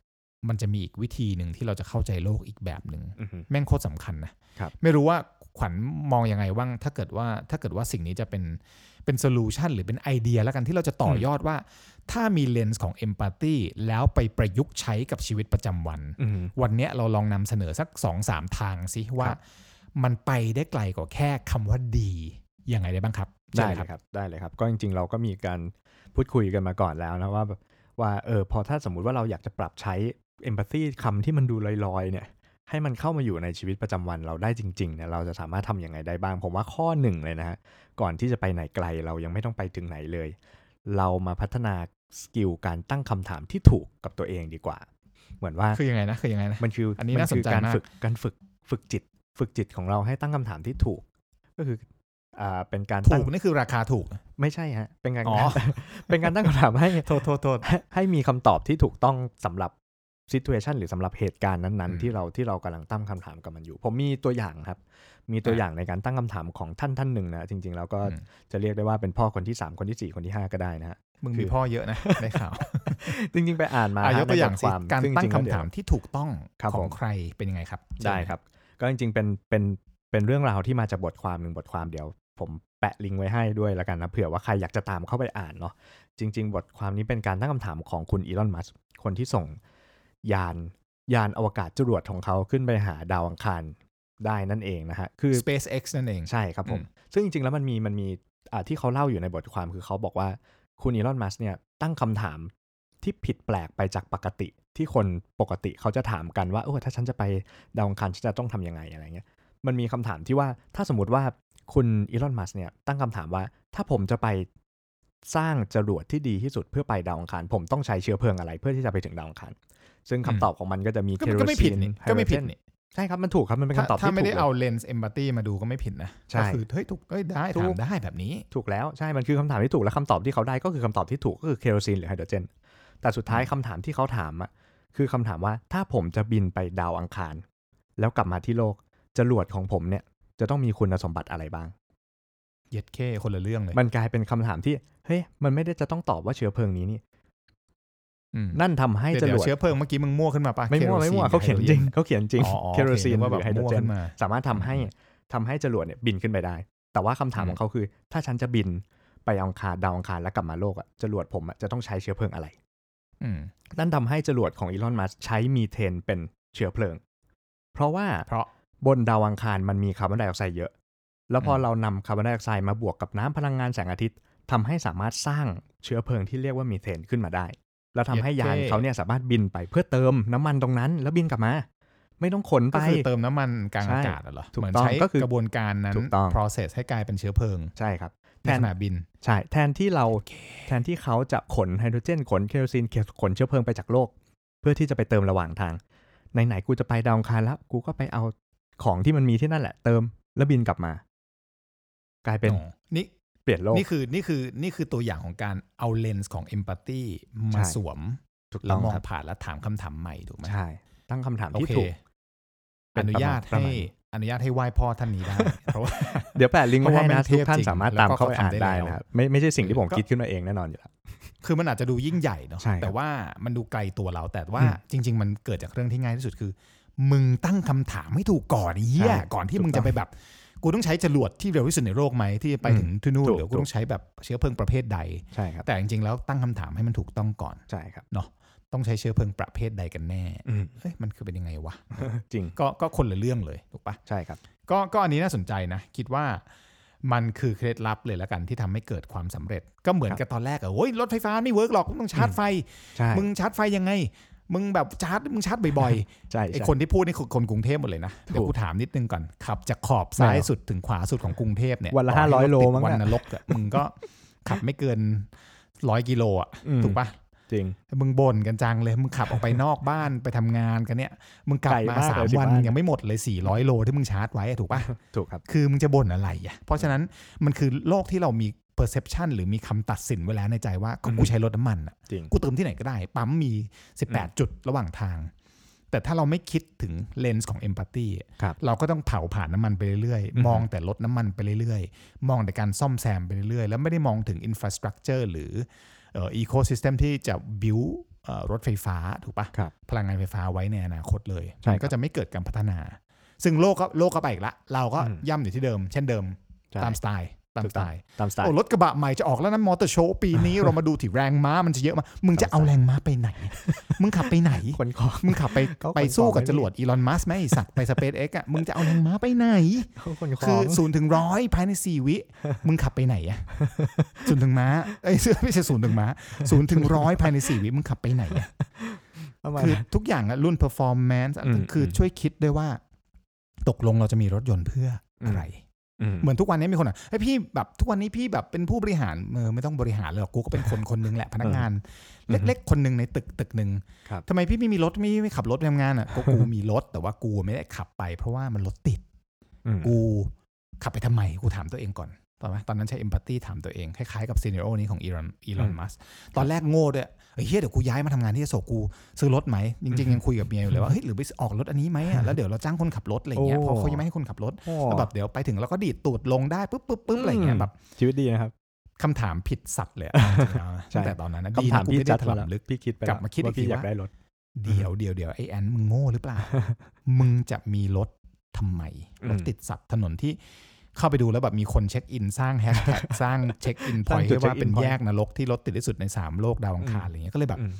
Speaker 2: มันจะมีอีกวิธีหนึ่งที่เราจะเข้าใจโลกอีกแบบหนึ่ง
Speaker 1: อือฮึ
Speaker 2: แม่งโคตรสำคัญนะครับ ไม่รู้ว่าขวัญมองยังไงว่างถ้าเกิดว่าถ้าเกิดว่าสิ่งนี้จะเป็นเป็นโซลูชันหรือเป็นไอเดียแล้วกันที่เราจะต่อยอดว่า ถ้ามีเลนส์ของเอมพัตตีแล้วไปประยุกต์ใช้กับชีวิตประจำวัน
Speaker 1: อืม
Speaker 2: วันเนี้ยเราลองนำเสนอสัก2อสามทางสิว่า
Speaker 1: ครับ
Speaker 2: มันไปได้ไกลกว่าแค่คำว่าดียังไงได้บ้างครับ
Speaker 1: ได้
Speaker 2: เชิญ
Speaker 1: เลยครับได้เลยครับ ก็จริงๆ เราก็มีการพูดคุยกันมาก่อนแล้วนะว่าแบบว่าเออพอถ้าสมมุติว่าเราอยากจะปรับใช้ empathy คำที่มันดูลอยๆ เนี่ย ให้มันเข้ามาอยู่ในชีวิตประจำวันเราได้จริงๆเนี่ยเราจะสามารถทำยังไงได้บ้าง ผมว่าข้อหนึ่งเลยนะฮะก่อนที่จะไปไหนไกลเรายังไม่ต้องไปถึงไหนเลย เรามาพัฒนาสกิลการตั้งคำถามที่ถูกกับตัวเองดีกว่า เหมือนว่า
Speaker 2: คือยังไงนะคือยังไงนะ
Speaker 1: มันคืออน
Speaker 2: นี้
Speaker 1: มั
Speaker 2: น่าสนใจ
Speaker 1: คือการ
Speaker 2: มาก
Speaker 1: ฝึกการฝึกฝึกจิต ฝึกจิตของเราให้ตั้งคำถามที่ถูก ก็คืออ่าเป็นการ
Speaker 2: ถู
Speaker 1: ตั้ง
Speaker 2: กนี่คือราคาถูก
Speaker 1: ไม่ใช่ฮะ เป็นการ
Speaker 2: อ๋อ
Speaker 1: เป็นการตั้งคำถ ามให้
Speaker 2: โทษโทษโทษ
Speaker 1: ให้ให้มีคำตอบที่ถูกต้องสำหรับซิ t u a t i o n หรือสำหรับเหตุการณ์นั้น
Speaker 2: อืม
Speaker 1: ๆ ที่เราที่เรากำลังตั้งคำถามกับมันอยู่ ผมมีตัวอย่างครับ มีตัว
Speaker 2: อ่ะ
Speaker 1: อย่างในการตั้งคำถามของท่านท่านหนึ่งนะจริง ๆ แล้วก็
Speaker 2: อืม
Speaker 1: จะเรียกได้ว่าเป็นพ่อคนที่ 3 คนที่ 4 คนที่ 5 ก็ได้นะฮะ
Speaker 2: มึง
Speaker 1: คื
Speaker 2: มี
Speaker 1: อ
Speaker 2: พ่อเยอะ นะได้ข่าว
Speaker 1: จริง ๆ ไปอ่านมา
Speaker 2: อายกตัวอย่าง
Speaker 1: ในบท
Speaker 2: สิการ
Speaker 1: ซึ่
Speaker 2: ตั้ง
Speaker 1: จริๆ
Speaker 2: คำ
Speaker 1: แล้วเดี๋ยว
Speaker 2: ถามที่ถูกต้อง
Speaker 1: ครับ
Speaker 2: ขอ
Speaker 1: ผ
Speaker 2: ง
Speaker 1: ม
Speaker 2: ใครเป็นยังไงครับ
Speaker 1: ได้ครับ ก็จริงๆ เป็น เป็น เป็นเรื่องราวที่มาจากบทความหนึ่งบทความเดียว ผมแปะลิงก์ไว้ให้ด้วยแล้วกันนะ เผื่อว่าใครอยากจะตามเข้าไปอ่านเนาะ จริง ๆ บทความนี้เป็นการตั้งคำถามของคุณอีลอน มัสคนที่ส่งยาน ยานอวกาศจรวดของเขาขึ้นไปหาดาวอังคารได้นั่นเองนะฮะ คื
Speaker 2: เชิ
Speaker 1: อ
Speaker 2: ญ SpaceX นั่นเอง
Speaker 1: ใช่ครับผม ซึ่งจริงๆ แล้วมันมีมันมีอ่าที่เขาเล่าอยู่ในบทความคือเขาบอกว่าคุณอีลอนมัสเนี่ยตั้งคำถามที่ผิดแปลกไปจากปกติ ที่คนปกติเขาจะถามกันว่าเออถ้าฉันจะไปดาวอังคารฉันจะต้องทำยังไงอะไรเงี้ยมันมีคำถามที่ว่าถ้าสมมติว่าคุณอีลอนมัสเนี่ยตั้งคำถามว่าถ้าผมจะไปสร้างจรวดที่ดีที่สุดเพื่อไปดาวอังคาร ผมต้องใช้เชื้อเพลิงอะไรเพื่อที่จะไปถึงดาวอังคาร ซึ่งคำตอบของมันก็จะมี
Speaker 2: ก็มันก็ไม่ผิดนี่
Speaker 1: เคโรซีน
Speaker 2: ก็ไม่ผิด
Speaker 1: ไฮโดรเจน
Speaker 2: นี่
Speaker 1: ใช่ครับมันถูกครับมันเป็นคำตอบ
Speaker 2: ถ้า
Speaker 1: ที่
Speaker 2: ไม่
Speaker 1: ถู
Speaker 2: ได้
Speaker 1: ก
Speaker 2: เอาเลนส์เอมพัตตีมาดูก็ไม่ผิดนะ
Speaker 1: ใช่
Speaker 2: ก็คือเฮ้ยถูกเอ้ยได้
Speaker 1: ถูก
Speaker 2: ถามได้แบบนี้
Speaker 1: ถูกแล้วใช่มันคือคำถามที่ถูกและคำตอบที่เขาได้ก็คือคำตอบที่ถูกก็คือเคโรซีนหรือไฮโดรเจน แต่สุดท้ายคำถามที่เขาถามอ่ะคือคำถามว่าถ้าผมจะบินไปดาวอังคาร แล้วกลับมาที่โลกจรวดของผมเนี่ยจะต้องมีคุณสมบัติอะไรบ้าง
Speaker 2: เย็ดเข้คนละเรื่องเลย
Speaker 1: มันกลายเป็นคำถามที่เฮ้ยมันไม่ได้จะต้องตอบว่าเชื้อเพลิงนี้นี่
Speaker 2: อืม
Speaker 1: นั่นทำให้
Speaker 2: เดี๋ยว
Speaker 1: จร
Speaker 2: เดี๋ยว
Speaker 1: วด
Speaker 2: เชื้อเพลิงเมื่อกี้มึงมั่วขึ้นมาปะ
Speaker 1: ไม่มั่วไม่มั่ว
Speaker 2: คโรซี
Speaker 1: เขาเขียนจริงเขาเขียนจริง
Speaker 2: อ๋ออ๋อ
Speaker 1: เคโรซีน
Speaker 2: โอว่า
Speaker 1: ห
Speaker 2: แบ
Speaker 1: รื
Speaker 2: บ
Speaker 1: อไฮโดร
Speaker 2: มั่ว
Speaker 1: เจน
Speaker 2: ขึ้นมา
Speaker 1: สามารถทำให้ทำให้จรวดเนี่ยบินขึ้นไปได้ แต่ว่าคำถาม
Speaker 2: อืม
Speaker 1: ของเขาคือ ถ้าฉันจะบินไปอังคารดาวอังคารแล้วกลับมาโลกอะจรวดผมอะจะต้องใช้เชื้อเพลิงอะไร
Speaker 2: อืม
Speaker 1: นั่นทำให้จรวดของอีลอนมัสใช้มีเทนเป็นเชื้อเพลิง เพราะว่า
Speaker 2: เพราะ
Speaker 1: บนดาวอังคารมันมีคาร์บอนไดออกไซด์เยอะ แล้วพออ
Speaker 2: ม
Speaker 1: เรานำคาร์บอนไดออกไซด์มาบวกกับน้ำพลังงานแสงอาทิตย์ทำให้สามารถสร้างเชื้อเพลิงที่เรียกว่ามีเทนขึ้นมาได้ แล้วทำให้ยานเขาเนี่ยสามารถบินไปเพื่อเติมน้ำมันตรงนั้น แล้วบินกลับมา ไม่ต้องขนไป
Speaker 2: ก็คือเติมน้ำมันกลาง
Speaker 1: ใช่
Speaker 2: อากาศอะเหรอ
Speaker 1: ถูก
Speaker 2: เหมือน
Speaker 1: ต้อง
Speaker 2: ใช้
Speaker 1: ก็คือก
Speaker 2: ระบวนการนั้น
Speaker 1: ถูกต้อง
Speaker 2: process ให้กลายเป็นเชื้อเพลิง
Speaker 1: ใช่ครับ
Speaker 2: ในขณะบิน
Speaker 1: ใช่ แทนที่เราแทนที่เขาจะขนไฮโดรเจน ขนเคโรซีนขนเชื้อเพลิงไปจากโลก เพื่อที่จะไปเติมระหว่างทาง ไหนๆกูจะไปดาวอังคารแล้วกูก็ไปเอาของที่มันมีที่นั่นแหละเติมแล้วบินกลับมา กลายเป็น
Speaker 2: อ๋อนี่
Speaker 1: เปลี่ยนโลก
Speaker 2: นี่คือนี่คือนี่คือตัวอย่างของการเอาเลนส์ของ empathy มา
Speaker 1: ใช่
Speaker 2: สวม
Speaker 1: ถูก
Speaker 2: แล้
Speaker 1: ต้
Speaker 2: ว
Speaker 1: อง
Speaker 2: มอง
Speaker 1: ครับ
Speaker 2: ผ่านแล้วถามคำถามใหม่ถูกไหม
Speaker 1: ใช่ ตั้งคำถาม
Speaker 2: โอ
Speaker 1: ที่
Speaker 2: เค
Speaker 1: ถูก
Speaker 2: อนุญาต
Speaker 1: ประมณ
Speaker 2: ให้
Speaker 1: นี้
Speaker 2: อนุญาตให้ไหว้พ่อท่านนี้ ได้ เพราะว่า
Speaker 1: เดี๋ยวแปะลิงก์ไว้
Speaker 2: เพราะ
Speaker 1: ให้
Speaker 2: ว่า
Speaker 1: นะ
Speaker 2: มันเท
Speaker 1: ทุก
Speaker 2: พ
Speaker 1: ท่าน
Speaker 2: จริง
Speaker 1: สามารถตามเข้าไปอ่านได้นะครับไม่ไม่ใช่สิ่งที่ผม
Speaker 2: ก็
Speaker 1: คิดขึ้นมาเองแน่นอนอยู่แล้ว
Speaker 2: คือมันอาจจะดูยิ่งใหญ่เนาะ
Speaker 1: ใช่ครับ
Speaker 2: แต่ว่ามันดูไกลตัวเราแต่ว่า
Speaker 1: อืม
Speaker 2: จริง ๆ มันเกิดจากเรื่องที่ง่ายที่สุดคือ มึงตั้งคำถามให้ถูกก่อนไอ้เฮีย
Speaker 1: ใช่
Speaker 2: ก่อนที่
Speaker 1: ถูก
Speaker 2: มึงจะไปแบบ กูต้องใช้จรวดที่เร็วที่สุดในโลกไหมที่จะไป
Speaker 1: อืม
Speaker 2: ถึงที่นู่น
Speaker 1: ถูก
Speaker 2: หรือกู
Speaker 1: ถูก
Speaker 2: ต้องใช้แบบเชื้อเพลิงประเภทใด
Speaker 1: ใช่ครับ
Speaker 2: แต่จริงๆแล้วตั้งคำถามให้มันถูกต้องก่อน
Speaker 1: ใช่ครับ
Speaker 2: ต้องใช้เชื้อเพลิงประเภทใดกันแน่
Speaker 1: อืม
Speaker 2: เอ้ยมันคือเป็นยังไงวะ
Speaker 1: จริง
Speaker 2: ก็ก็คนละเรื่องเลยถูกปะ
Speaker 1: ใช่ครับ
Speaker 2: ก็ก็อันนี้น่าสนใจนะ คิดว่ามันคือเคล็ดลับเลยละกันที่ทำให้เกิดความสำเร็จ ก็เหมือนกับตอนแรกอะโอ้ยรถไฟฟ้าไม่เวิร์กหรอกมึงต้องชาร์จไฟ
Speaker 1: ใช่
Speaker 2: มึงชาร์จไฟยังไง มึงแบบชาร์จมึงชาร์จบ่อย
Speaker 1: ใช่
Speaker 2: ๆไอ
Speaker 1: ใช่
Speaker 2: คนที่พูดนี่คือคนกรุงเทพหมดเลยนะ เดี๋ยวกูถามนิดนึงก่อน ขับจากขอบซ้าย
Speaker 1: ไม่หรอก
Speaker 2: สุดถึงขวาสุดของกรุงเทพเนี่ย
Speaker 1: วันละ
Speaker 2: ต่ใ
Speaker 1: 500โล
Speaker 2: ติด
Speaker 1: มั้งอะ
Speaker 2: วันนรกอะมึงก็ ขับไม่เกินร้อยกิโลอ่ะ
Speaker 1: อืม
Speaker 2: ถูกปะ
Speaker 1: จริง
Speaker 2: มึงบ่นกันจังเลย มึงขับออกไปนอกบ้านไปทำงานกันเนี่ย มึงกลับ
Speaker 1: ไกล
Speaker 2: มา
Speaker 1: าก
Speaker 2: สาม
Speaker 1: เลยที่
Speaker 2: วัน
Speaker 1: บ้าน
Speaker 2: ยังไม่หมดเลย400โลที่มึงชาร์จไว้อะถูกปะ
Speaker 1: ถูกครับ
Speaker 2: คือมึงจะบ่นอะไรอ่ะ เพราะฉะนั้นมันคือโลกที่เรามี perception หรือมีคำตัดสินไว้แล้วในใจว่าก็กูใช้รถน้ำมันอ่ะ
Speaker 1: จริง
Speaker 2: กูเติมที่ไหนก็ได้ ปั๊มมี 18 จุดระหว่างทาง แต่ถ้าเราไม่คิดถึงเลนส์ของ empathy อะ
Speaker 1: ครับ
Speaker 2: เราก็ต้องเผาผ่านน้ำมันไปเรื่อย
Speaker 1: อือฮึ
Speaker 2: ๆ มองแต่ลดน้ำมันไปเรื่อยๆ มองแต่การซ่อมแซมไปเรื่อยๆ แล้วไม่ได้มองถึง infrastructure หรือเอ่อ ecosystem ที่จะ build เอ่อรถไฟฟ้าถูกปะ
Speaker 1: ครับ
Speaker 2: พลังงานไฟฟ้าไว้ในอนาคตเลย
Speaker 1: ใช่
Speaker 2: มันก็จะไม่เกิดการพัฒนา ซึ่งโลกก็โลกก็ไปอีกละ เราก็
Speaker 1: อืม
Speaker 2: ย่ำอยู่ที่เดิม เช่นเดิม
Speaker 1: ใช่
Speaker 2: ตามสไตล์ตาม
Speaker 1: ถู
Speaker 2: ส
Speaker 1: ก
Speaker 2: ไต
Speaker 1: อง
Speaker 2: ล์
Speaker 1: ตามสไตล์
Speaker 2: โอ้รถกระบะใหม่จะออกแล้วนะมอเตอร์โชว์ปีนี้ เรามาดูที่แรงม้ามันจะเยอะมากมึงจะเอาแรงม้าไป ไหน มึงขับไปไหน
Speaker 1: คนขอ
Speaker 2: มึงขับไป
Speaker 1: เขาขน
Speaker 2: ไปสู้กับ
Speaker 1: ของไม่
Speaker 2: จรวดอีลอนมัสไหมไอ้สัตว์ไปสเปซเอ็กอะมึงจะเอาแรงม้าไป ไหน คือศูนย์ถึงร้อยภายในสี่วิ มึงขับไปไหนอะศูนย์ถึงม้าเอ้ยไม่ใช่ศูนย์ถึงม้าศูนย์ถึงร้อยภายในสี่วิมึงขับไปไหนอะ คือทุกอย่างอะรุ่น performance อะ
Speaker 1: อืม
Speaker 2: คืออ
Speaker 1: ม
Speaker 2: ช่วยคิดด้วยว่า ตกลงเราจะมีรถยนต์เพื่ออะไร เหมือนทุกวันนี้มีคนอ่ะเฮ้ยพี่แบบทุกวันนี้พี่แบบเป็นผู้บริหารเออไม่ต้องบริหารเลยหรอกกูก็เป็น คนคนหนึงแหละพนักงาน
Speaker 1: อืม
Speaker 2: เล็ก ๆ คนหนึ่งในตึกตึกหนึ่ง
Speaker 1: ครับ
Speaker 2: ทำไมพี่ไม่มีรถไม่ไม่ขับรถไปทำงานอ่ะก็ กูมีรถแต่ว่ากูไม่ได้ขับไป เพราะว่ามันรถติด
Speaker 1: กู
Speaker 2: กูขับไปทำไมกูถามตัวเองก่อนตอนนั้นตอนนั้นใช้ empathy ถามตัวเองคล้ายๆกับซีเนโอนี้ของอีลอนอีลอน
Speaker 1: อืม
Speaker 2: มัสตอนแรกโง่ด้วยเฮยเหียเดี๋ยวกูย้ายมาทำงานที่อโศกกูซื้อรถไหมจริงๆยังคุยกับเมียอยู่เลยว่าเฮ้ยหรือไปออกรถอันนี้ไหมอะแล้วเดี๋ยวเราจ้างคนขับรถอะไรอย่างเงี้ย
Speaker 1: โอ้
Speaker 2: เพราะเขายังไม่ให้คนขับรถ แล้ว
Speaker 1: แบ
Speaker 2: แบบ บเดี๋ยวไปถึงเราก็ดีดตูดลงได้ปุ๊บปุ๊บปุ๊บอะไรอย่างเงี้
Speaker 1: อื
Speaker 2: ย
Speaker 1: ม
Speaker 2: แบบ
Speaker 1: ชีวิตดีนะครับ
Speaker 2: คำถามผิดสัตว์เลยอะเอาจริ
Speaker 1: ใช่
Speaker 2: งๆแล้วนะตั้งแต่ตอนนั้นนะ
Speaker 1: คำถาม
Speaker 2: นะกู
Speaker 1: พี่
Speaker 2: ไม่
Speaker 1: จั
Speaker 2: ได้
Speaker 1: ดมาแล้ว
Speaker 2: ลำลึก
Speaker 1: พี่คิดไป
Speaker 2: กลับมาคิด
Speaker 1: ว่า
Speaker 2: อีกที
Speaker 1: พี่อยาก
Speaker 2: ว่า
Speaker 1: ได้รถ
Speaker 2: เดี๋ยวเดี๋ยวเดี๋ยวไอแอนมึงโง่หรือเป ล่า มึงจะมีรถทำไม
Speaker 1: อืม
Speaker 2: รถติดสัตว์ถนนที่เข้าไปดูแล้วแบบมีคนเช็คอินสร้างแฮชแท็ก สร้างเช็คอินพอย
Speaker 1: ตั้งจุด
Speaker 2: ต์ว่าเป็น
Speaker 1: check-in point
Speaker 2: แยกนรกที่รถติดที่สุดในสามโลกดาวอังคารอะไรเงี้ยก็เลยแบบ
Speaker 1: อืม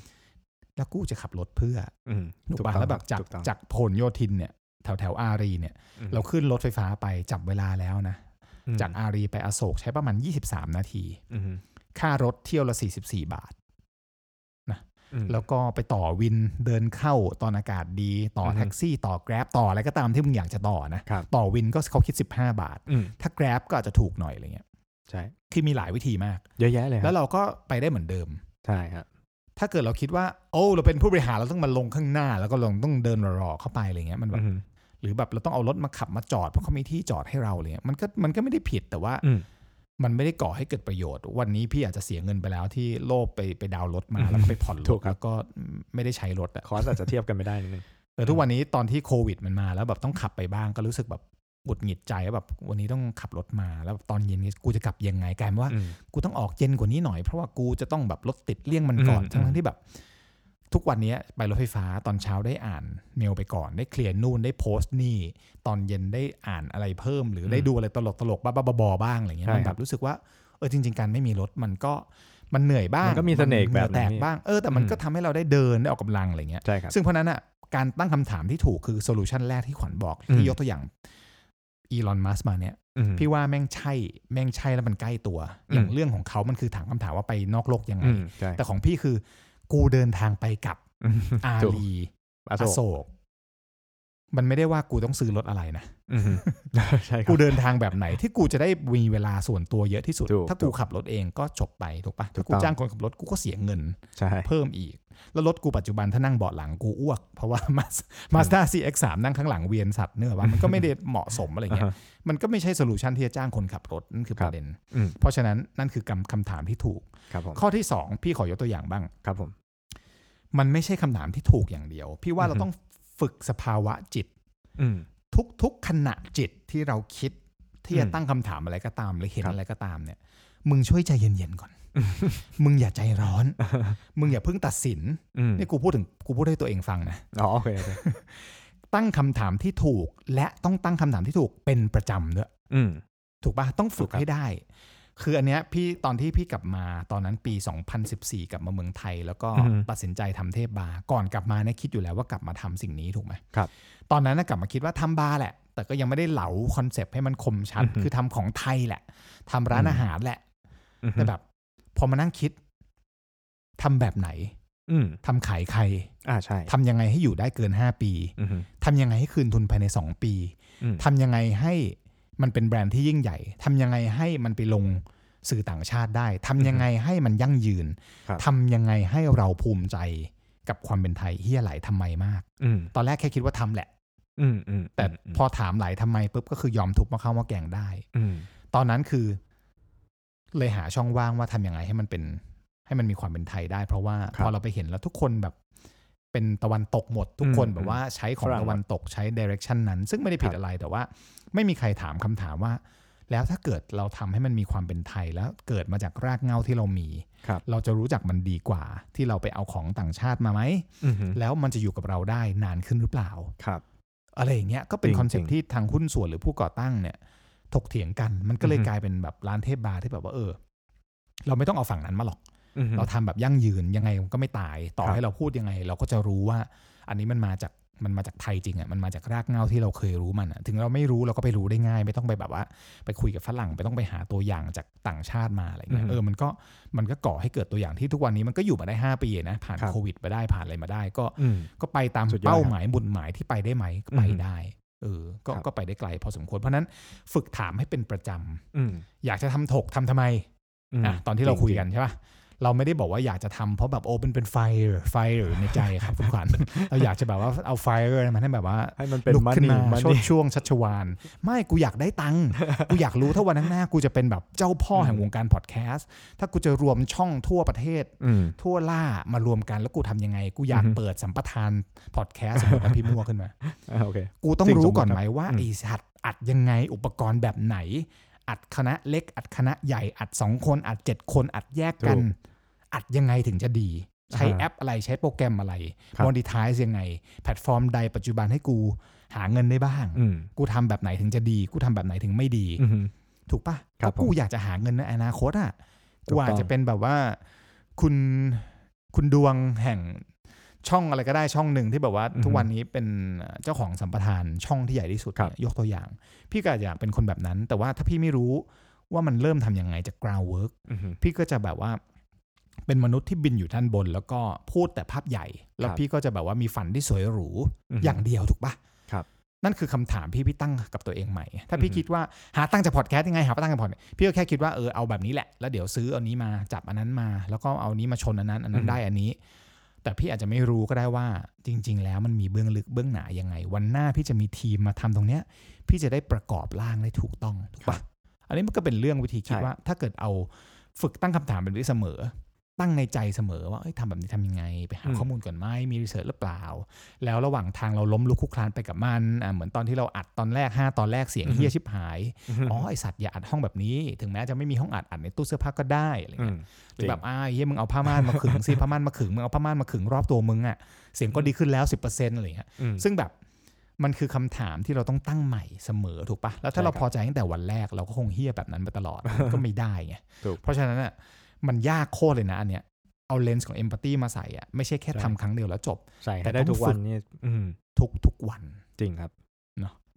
Speaker 2: แล้วกูจะขับรถเพื่อ
Speaker 1: อืม
Speaker 2: ถูกป่ะ
Speaker 1: ต้อง
Speaker 2: แล้วแบบจาก
Speaker 1: ถูต้อง
Speaker 2: จากผลโยธินเนี่ยแถวแถวอารีเนี่ย
Speaker 1: อืม
Speaker 2: เราขึ้นรถไฟฟ้าไปจับเวลาแล้วนะ
Speaker 1: อืม
Speaker 2: จากอารีไปอโศกใช้ประมาณ 23 นาที
Speaker 1: อืม
Speaker 2: ค่ารถเที่ยวละ 44 บาท
Speaker 1: อืม
Speaker 2: แล้วก็ไปต่อวินเดินเข้าตอนอากาศดีต่ออ
Speaker 1: อฮึ
Speaker 2: แท็กซี่ ต่อแกร็บต่ออะไรก็ตามที่มึงอยากจะต่อนะ
Speaker 1: ครับ
Speaker 2: ต่อวินก็เขาคิด 15 บาท
Speaker 1: อืม
Speaker 2: ถ้าแกร็บก็อาจจะถูกหน่อยอะไรเงี้ย
Speaker 1: ใช่
Speaker 2: คือมีหลายวิธีมาก
Speaker 1: เยอะแยะเลยครั
Speaker 2: แล้
Speaker 1: บ
Speaker 2: วเราก็ไปได้เหมือนเดิม
Speaker 1: ใช่ครับ
Speaker 2: ถ้าเกิดเราคิดว่า โอ้ เราเป็นผู้บริหารเราต้องมาลงข้างหน้า แล้วก็ลงต้องเดินรอๆเข้าไปอะไรเงี้ยมันแบบ
Speaker 1: อืม
Speaker 2: รือแบบเราต้องเอารถมาขับมาจอดเพราะเขามีที่จอดให้เราอะไรเลยมันก็มันก็ไม่ได้ผิดแต่ว่า
Speaker 1: อืม
Speaker 2: มันไม่ได้ก่อให้เกิดประโยชน์ วันนี้พี่อาจจะเสียเงินไปแล้วที่โลภไปไปดาวน์รถมาแล้วก็ไปผ่อนร
Speaker 1: ถู
Speaker 2: ถ
Speaker 1: กครับ
Speaker 2: แล้วก็ไม่ได้ใช้รถอะ
Speaker 1: คอสอาจจะเทียบกันไม่ได้นิดนึง
Speaker 2: แต่ทุกวันนี้ตอนที่โควิดมันมาแล้วแบบต้องขับไปบ้างก็รู้สึกแบบหงุดหงิดใจว่าแบบวันนี้ต้องขับรถมาแล้วแบบตอนเย็นกูจะกลับยังไงกลายเป็นว่า
Speaker 1: อืม
Speaker 2: กูต้องออกเย็นกว่านี้หน่อยเพราะว่ากูจะต้องแบบรถติดเลี่ยงมันก่อน
Speaker 1: อืม
Speaker 2: ทั้ง
Speaker 1: อื
Speaker 2: ทั้
Speaker 1: ม
Speaker 2: งที่แบบ ทุกวันเนี้ยไปรถไฟฟ้าตอนเช้าได้อ่านเมลไปก่อนได้เคลียร์นู่นได้โพสต์นี่ ตอนเย็นได้อ่านอะไรเพิ่ม หรือได้ดูอะไรตลกตลกๆบ้าๆบอๆบ้างอะไรเงี้ย
Speaker 1: ใช่
Speaker 2: มันแบบรู้สึกว่าเออจริง ๆ การไม่มีรถมันก็มันเหนื่อยบ้าง
Speaker 1: มันก็มีเสน่ห์
Speaker 2: หอ
Speaker 1: แบบหนึ่ง
Speaker 2: แตก
Speaker 1: นี่
Speaker 2: บ้างเออแต่มัน
Speaker 1: อืม
Speaker 2: ก็ทำให้เราได้เดินได้ออกกำลังอะไรเงี้ย
Speaker 1: ใช่ครับ
Speaker 2: ซึ่งเพราะนั้นอ่ะการตั้งคำถามที่ถูกคือโซลูชันแรกที่ขวัญบอก
Speaker 1: อืม
Speaker 2: ที่ยกตัวอย่างอีลอนมัสมาเนี่ย
Speaker 1: อืม
Speaker 2: พี่ว่าแม่งใช่แม่งใช่แล้วมันใกล้ตัว
Speaker 1: อืม
Speaker 2: อย่างเรื่องของเขามันคือถามคำถามว่าไปนอกโลกยังไง
Speaker 1: อืมใช่
Speaker 2: แต่ของพี่คือ กูเดินทางไปกับ
Speaker 1: อืม
Speaker 2: อา
Speaker 1: ถูก
Speaker 2: ลี
Speaker 1: อ
Speaker 2: อ
Speaker 1: โศ
Speaker 2: โศ
Speaker 1: ก
Speaker 2: ก มันไม่ได้ว่ากูต้องซื้อรถอะไร นะ
Speaker 1: อืม ใช่ครั
Speaker 2: กู
Speaker 1: บ
Speaker 2: เดินทางแบบไหนที่กูจะได้มีเวลาส่วนตัวเยอะที่สุด
Speaker 1: ถูก
Speaker 2: ถ้ากูขับรถเองก็จบไปถูกปะ
Speaker 1: ถูต้
Speaker 2: ถ้ากกู
Speaker 1: อง
Speaker 2: จ้างคนขับรถกูก็เสียเงิน
Speaker 1: ใช่
Speaker 2: เพิ่มอีก แล้วรถกูปัจจุบันถ้านั่งเบาะหลังกูอ้วก เพราะว่า มามาสด้าซีเอ็กสามนั่งข้างหลังเวียนสัตว์เนื้อะว่ามันก็ไม่ได้เหมาะสมอะไรเงี้ย
Speaker 1: อ่าฮะ
Speaker 2: มันก็ไม่ใช่โซลูชันที่จะจ้างคนขับรถ นั่นคือ
Speaker 1: ค
Speaker 2: ป
Speaker 1: รับ
Speaker 2: ระเด็น
Speaker 1: อืม
Speaker 2: เพราะฉะนั้นนั่นคือกำคำถามที่ถูก
Speaker 1: ครับผม
Speaker 2: ข้อที่ 2 พี่ขอยกตัวอย่างบ้าง
Speaker 1: ครับผม
Speaker 2: มันไม่ใช่คำถามที่ถูกอย่างเดียว พี่ว่าเรา
Speaker 1: อือฮึ
Speaker 2: ต้องฝึกสภาวะจิต
Speaker 1: อืม
Speaker 2: ทุกๆขณะจิตที่เราคิดที่จะ
Speaker 1: อืม
Speaker 2: ตั้งคำถามอะไรก็ตามหรือเห็น
Speaker 1: ครับ
Speaker 2: อะไรก็ตามเนี่ย มึงช่วยใจเย็น ๆก่อน มึงอย่าใจร้อน มึงอย่าเพิ่งตัดสิน
Speaker 1: อืม
Speaker 2: นี่กูพูดถึงกูพูดให้ตัวเองฟังนะ
Speaker 1: อ๋อโอเคโอ เค
Speaker 2: ตั้งคำถามที่ถูกและต้องตั้งคำถามที่ถูกเป็นประจำด้วย
Speaker 1: อืม
Speaker 2: ถูกปะต้องฝึก
Speaker 1: ถูกครับ
Speaker 2: ให้ได้ คืออันเนี้ยพี่ตอนที่พี่กลับมาตอนนั้นปี 2014 กลับมาเมืองไทย แล้วก็ตัดสินใจทำเทพบาร์ก่อนกลับมาเนี่ยคิดอยู่แล้วว่ากลับมาทำสิ่งนี้ถูกไหม
Speaker 1: ครับ
Speaker 2: ตอนนั้นนะกลับมาคิดว่าทำบาร์แหละ แต่ก็ยังไม่ได้เหลาคอนเซปต์ให้มันคมชัด
Speaker 1: อือฮึ
Speaker 2: คือทำของไทยแหละทำร้าน
Speaker 1: อืม
Speaker 2: อาหารแหละ
Speaker 1: อืม
Speaker 2: แต่แบบพอมานั่งคิดทำแบบไหน
Speaker 1: อืม
Speaker 2: ทำขายใคร
Speaker 1: อ่าใช่
Speaker 2: ทำยังไงให้อยู่ได้เกิน 5 ปี
Speaker 1: อืม
Speaker 2: ทำยังไงให้คืนทุนภายใน 2 ปี
Speaker 1: อืม
Speaker 2: ทำยังไงให้มันเป็นแบรนด์ที่ยิ่งใหญ่ ทำยังไงให้มันไปลงสื่อต่างชาติได้ ทำยังไงให้มันยั่งยืน
Speaker 1: ครับ
Speaker 2: ทำยังไงให้เราภูมิใจกับความเป็นไทยเฮียหลายทำไมมาก
Speaker 1: อืม
Speaker 2: ตอนแรกแค่คิดว่าทำแหละ
Speaker 1: อืมอืม
Speaker 2: แต่
Speaker 1: ม
Speaker 2: พอถามหลายทำไมปุ๊บก็คือยอมทุบมาเข้ามาแกงได้
Speaker 1: อืม
Speaker 2: ตอนนั้นคือ เลยหาช่องว่างว่าทำยังไงให้มันเป็น ให้มันมีความเป็นไทยได้ เพราะว่า
Speaker 1: ครับ
Speaker 2: พอเราไปเห็นแล้วทุกคนแบบ เป็นตะวันตกหมด ทุกคน
Speaker 1: อืม
Speaker 2: แบบว่าใช้ของ
Speaker 1: ฝรั่ง
Speaker 2: ตะวันตกใช้เดเรคชันนั้น ซึ่งไม่ได้ผิด
Speaker 1: ครับ
Speaker 2: อะไรแต่ว่า ไม่มีใครถามคำถามว่า แล้วถ้าเกิดเราทำให้มันมีความเป็นไทยแล้วเกิดมาจากรากเหง้าที่เรามี
Speaker 1: ครับ
Speaker 2: เราจะรู้จักมันดีกว่า ที่เราไปเอาของต่างชาติมาไหม
Speaker 1: อืม
Speaker 2: แล้วมันจะอยู่กับเราได้นานขึ้นหรือเปล่า
Speaker 1: ครับ
Speaker 2: อะไรอย่างเงี้ยก็เป็
Speaker 1: จ
Speaker 2: น
Speaker 1: ริง
Speaker 2: คอนเซ็ป
Speaker 1: จริ
Speaker 2: ต์
Speaker 1: ง
Speaker 2: ที่ทางหุ้นส่วนหรือผู้ก่อตั้งเนี่ยถกเถียงกัน มันก็เลย
Speaker 1: อือฮึ
Speaker 2: กลายเป็นแบบร้านเทพบาร์ที่แบบว่าเออ เราไม่ต้องเอาฝั่งนั้นมาหรอก
Speaker 1: อืม
Speaker 2: เราทำแบบยั่งยืนยังไงมันก็ไม่ตาย ต่อ
Speaker 1: ครับ
Speaker 2: ให้เราพูดยังไง เราก็จะรู้ว่า อันนี้มันมาจากมันมาจากไทยจริงอ่ะมันมาจากรากเหง้าที่เราเคยรู้มันอ่ะถึงเราไม่รู้เราก็ไปรู้ได้ง่าย ไม่ต้องไปแบบว่า ไปคุยกับฝรั่งไปต้องไปหาตัวอย่างจากต่างชาติมาอะไรเงี้
Speaker 1: อือ
Speaker 2: ย
Speaker 1: ฮึ
Speaker 2: เออมันก็มันก็ก่อให้เกิดตัวอย่างที่ทุกวันนี้มันก็อยู่มาได้ห้าปีนะผ่าน
Speaker 1: ครับ
Speaker 2: โควิดมาได้ผ่านอะไรมาได้ก็
Speaker 1: อืม
Speaker 2: ก็ไปตาม
Speaker 1: สุดยอดครับ
Speaker 2: เป้าหมายบุญหมายที่ไปได้ไหมก็ไป
Speaker 1: อืม
Speaker 2: ได้เออก็
Speaker 1: ครับ
Speaker 2: ก็ไปได้ไกลพอสมควรเพราะฉะนั้นฝึกถามให้เป็นประจำ
Speaker 1: อืม
Speaker 2: อยากจะทำถกทำทำไม
Speaker 1: อืม
Speaker 2: นะตอนที่เราคุยกั
Speaker 1: จ
Speaker 2: น
Speaker 1: ง
Speaker 2: ใช่ปะเราไม่ได้บอกว่าอยากจะทำเพราะแบบโอเป็นเป็นไฟไฟในใจครับ คุณขวัญ เราอยากจะแบบว่าเอาไฟมันให้แบบว่า
Speaker 1: ๆให้มันเป็น
Speaker 2: ลุก
Speaker 1: มัน
Speaker 2: ขึ้น
Speaker 1: นี่
Speaker 2: มา
Speaker 1: มัน
Speaker 2: โชด
Speaker 1: นี่
Speaker 2: ช่วงชัชวานไม่กูอยากได้ตังค์ กูอยากรู้ถ้าวันข้างหน้ากูจะเป็นแบบเจ้าพ่อแห่งวงการพอดแคสต์ถ้ากูจะรวมช่องทั่วประเทศ
Speaker 1: อืม
Speaker 2: ทั่วล่ามารวมกันแล้วกูทำยังไง กูอยาก
Speaker 1: อือฮึ
Speaker 2: เปิดสัมปทานพอดแคสต์สมมติว่าพี่มั่วขึ้นมา
Speaker 1: อ่าโอเค
Speaker 2: กูต้อง
Speaker 1: สิ่งสมมุติ
Speaker 2: รู้ก่อน
Speaker 1: ครับ
Speaker 2: ไหมว่า
Speaker 1: อืม
Speaker 2: ไอสัตว์อัดยังไงอุปกรณ์แบบไหน อัดคณะเล็ก อัดคณะใหญ่อัดสองคนอัดเจ็ดคนอัดแยกกัน อัดยังไงถึงจะดี ใช้แอปอะไรใช้โปรแกรมอะไรมอนิทายยังไง แพลตฟอร์มใดปัจจุบันให้กูหาเงินได้บ้าง
Speaker 1: อืม
Speaker 2: กูทำแบบไหนถึงจะดี กูทำแบบไหนถึงไม่ดี
Speaker 1: อืม
Speaker 2: ถูกปะ
Speaker 1: ครับ
Speaker 2: ก็กูอยากจะหาเงินในอนาคตอ่ะ
Speaker 1: ถู
Speaker 2: กู
Speaker 1: กต้อง
Speaker 2: อาจจะเป็นแบบว่าคุณคุณดวงแห่งช่องอะไรก็ได้ช่องหนึ่งที่แบบว่า
Speaker 1: อือฮึ
Speaker 2: ทุกวันนี้เป็นเจ้าของสัมปทานช่องที่ใหญ่ที่สุด
Speaker 1: ครับ
Speaker 2: เนี่ยยกตัวอย่าง พี่ก็อาจจะอยากเป็นคนแบบนั้น แต่ว่าถ้าพี่ไม่รู้ว่ามันเริ่มทำยังไงจาก ground work
Speaker 1: อืม
Speaker 2: พี่ก็จะแบบว่าเป็นมนุษย์ที่บินอยู่ท่านบน แล้วก็พูดแต่ภาพใหญ่ แล้ว
Speaker 1: ครับ
Speaker 2: พี่ก็จะแบบว่ามีฝันที่สวยหรู
Speaker 1: ม
Speaker 2: อย่างเดียวถูกปะ
Speaker 1: ครับ
Speaker 2: นั่นคือคำถามพี่พี่ตั้งกับตัวเองใหม่ ถ้า
Speaker 1: อื
Speaker 2: พี่
Speaker 1: อฮึ
Speaker 2: คิดว่าหาตั้งจากพอดแคสต์ยังไงหาตั้งจากพอดพี่ก็แค่คิดว่าเออเอาแบบนี้แหละ แล้วเดี๋ยวซื้ออันนี้มาจับอันนั้นมา แล้วก็เอาอันนี้มาชนอันนั้น อันนั้นได้อันนี้ แต่พี่อาจจะไม่รู้ก็ได้ว่าจริง ๆ แล้วมันมีเบื้องลึกเบื้องหนายังไง วันหน้าพี่จะมีทีมมาทำตรงเนี้ย พี่จะได้ประกอบร่างได้ถูกต้องถูกปะอันนี้มันก็เป็นเรื่องวิธีคิด
Speaker 1: ใช่
Speaker 2: ว่า ถ้าเกิดเอาฝึกตั้งคำถามแบบนี้เสมอ ตั้งในใจเสมอว่าเอ้ยทำแบบนี้ทำยังไง ไปหา
Speaker 1: อืม
Speaker 2: ข้อมูลก่อนไหมมีรีเสิร์ชหรือเปล่า แล้วระหว่างทางเราล้มลุกคลุกคลานไปกับมันอ่ะเหมือนตอนที่เราอัดตอนแรก 5 ตอนแรกเสียงเฮี้ยชิบหาย อ๋อไอสัตว์อย่าอัดห้องแบบนี้ ถึงแม้จะไม่มีห้องอัดอัดในตู้เสื้อผ้าก็ได้อะไร
Speaker 1: อืม
Speaker 2: เงี้ยหรือแบบอ้าวเฮียมึงเอาผ้าม่านมาขึงสิ ผ้าม่านมาขึงมึงเอาผ้าม่านมาขึงรอบตัวมึงอ่ะเสียงก็ดีขึ้นแล้ว10%อะไรเงี้ย
Speaker 1: อืม
Speaker 2: ซึ่งแบบมันคือคำถามที่เราต้องตั้งใหม่เสมอถูกปะแล้วถ้าเรา
Speaker 1: ใช่ครับ
Speaker 2: พอใจตั้งแต่วันแรกเราก็คงเฮี้ยแบบนั้นมาตลอด มันก็ไม่ได้ไง
Speaker 1: ถูก
Speaker 2: เพราะฉะนั้นอ่ะมันยากโคตรเลยนะอันเนี้ยเอาเลนส์ของเอมพัตตีมาใส่อ่ะไม่ใช่แค่
Speaker 1: ใช่
Speaker 2: ทำครั้งเดียวแล้วจบ
Speaker 1: ใช่
Speaker 2: แต่
Speaker 1: แต่ได้
Speaker 2: ต้อง
Speaker 1: ทุก
Speaker 2: ฝึ
Speaker 1: วัน
Speaker 2: ก
Speaker 1: นี่อืม
Speaker 2: ทุกทุกๆวัน
Speaker 1: จริงครับ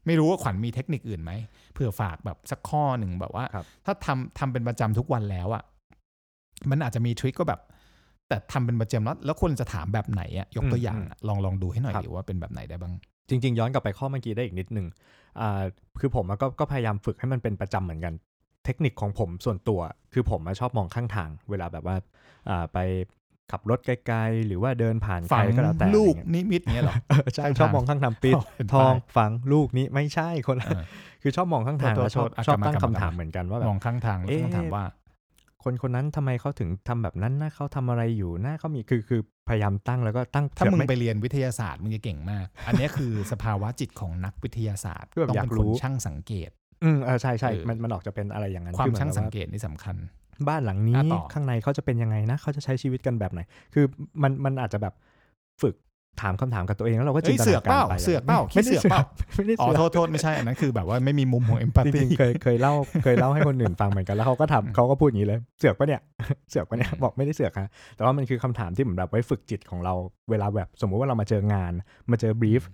Speaker 2: ไม่รู้ว่าขวัญมีเทคนิคอื่นไหมเผื่อฝากแบบสักข้อหนึ่งแบบว่า
Speaker 1: ครับ
Speaker 2: ถ้าทำทำเป็นประจำทุกวันแล้วอะ่ะมันอาจจะมีทริคก็แบบ แต่ทำเป็นประจำแล้วแล้วควรจะถามแบบไหนอะ่ะยกตัวอย่างอะลองลองดูให้หน่อย
Speaker 1: ครับ
Speaker 2: ดิว่าเป็นแบบไหนได้บ้าง
Speaker 1: จริง ๆ ย้อนกลับไปข้อเมื่อกี้ได้อีกนิดนึงอ่าคือผมอะก็ก็พยายามฝึกให้มันเป็นประจำเหมือนกัน เทคนิคของผมส่วนตัว คือผมอะชอบมองข้างทาง เวลาแบบว่าอ่าไปขับรถไกลๆ หรือว่าเดินผ่านใค
Speaker 2: ฝั
Speaker 1: รง ก็แล้วแต่
Speaker 2: ลูก
Speaker 1: อะไรเงี้ย
Speaker 2: นิมิตเนี้ยเหรอ
Speaker 1: เออ ใช่ชอบมองข้างทาง ปิด
Speaker 2: อ๋อเห็น
Speaker 1: ทอง
Speaker 2: ป้าย
Speaker 1: ฝังลูกนี้ไม่ใช่คนละ
Speaker 2: เออ
Speaker 1: คือชอบมองข้างทาง
Speaker 2: โทษ
Speaker 1: แล้วชอบ
Speaker 2: โทษอ่ะ
Speaker 1: ชอบ
Speaker 2: กลับมา
Speaker 1: ตั้ง
Speaker 2: กลับ
Speaker 1: คำ
Speaker 2: มา
Speaker 1: ถามเหมือนกันว่าแบ
Speaker 2: ม
Speaker 1: บ
Speaker 2: องข้างทางแล้ว
Speaker 1: เอ๊ะ
Speaker 2: ต้องถามว่า
Speaker 1: คนคนนั้นทำไมเขาถึงทำแบบนั้นนะเขาทำอะไรอยู่นะเขามีคือคือพยายามตั้งแล้วก็ตั้ง
Speaker 2: ถ้ามึง
Speaker 1: เกือบ
Speaker 2: ไป
Speaker 1: ไ
Speaker 2: เรียนวิทยาศาสตร์มึงจะเก่งมาก อันเนี้ยคือสภาวะจิตของนักวิทยาศาสตร์
Speaker 1: คือแบบ
Speaker 2: ต้อง
Speaker 1: อยาก
Speaker 2: เป็น
Speaker 1: รู้
Speaker 2: คนช่างสังเกต
Speaker 1: อืมเออใช่ใช่
Speaker 2: เออ
Speaker 1: มันมันออกจะเป็นอะไรอย่างนั้น
Speaker 2: ความ
Speaker 1: อเหอน
Speaker 2: ช่างสัง
Speaker 1: แบบ
Speaker 2: เกตนี่สำคัญ
Speaker 1: ว่าบ้านหลังนี้
Speaker 2: อ่ะต่อ
Speaker 1: ข้างในเขาจะเป็นยังไงนะเขาจะใช้ชีวิตกันแบบไหน คือมันมันอาจจะแบบฝึกถามคำถามกับตัวเองแล้วเราก็จิ
Speaker 2: เอ้
Speaker 1: น
Speaker 2: ย
Speaker 1: ต
Speaker 2: เสื
Speaker 1: นา
Speaker 2: อก
Speaker 1: กา
Speaker 2: เป
Speaker 1: ร
Speaker 2: ล่า
Speaker 1: ไป
Speaker 2: เสือกเปล่า
Speaker 1: ไม่
Speaker 2: คิด
Speaker 1: ได้
Speaker 2: เสือก
Speaker 1: เสือ
Speaker 2: เปล่าก
Speaker 1: ไม่ได้
Speaker 2: อ๋อ
Speaker 1: เสือก
Speaker 2: โทษโทษไม่ใช่อันนั้นคือแบบว่าไม่มีมุมของเอมพัต
Speaker 1: จ
Speaker 2: ตี
Speaker 1: ริงๆเคยเคยเล่าเคยเล่าให้คนอื่นฟังเหมือนกันแล้วเขาก็ถามเขาก็พูดอย่างนี้เลยเสือกปะเนี่ย เสือกปะเนี่ย
Speaker 2: อืม
Speaker 1: บอกไม่ได้เสือกฮะแต่ว่ามันคือคำถามที่เหมือนแบบไว้ฝึกจิตของเราเวลาแบบสมมุติว่าเรามาเจองาน มาเจอบรีฟ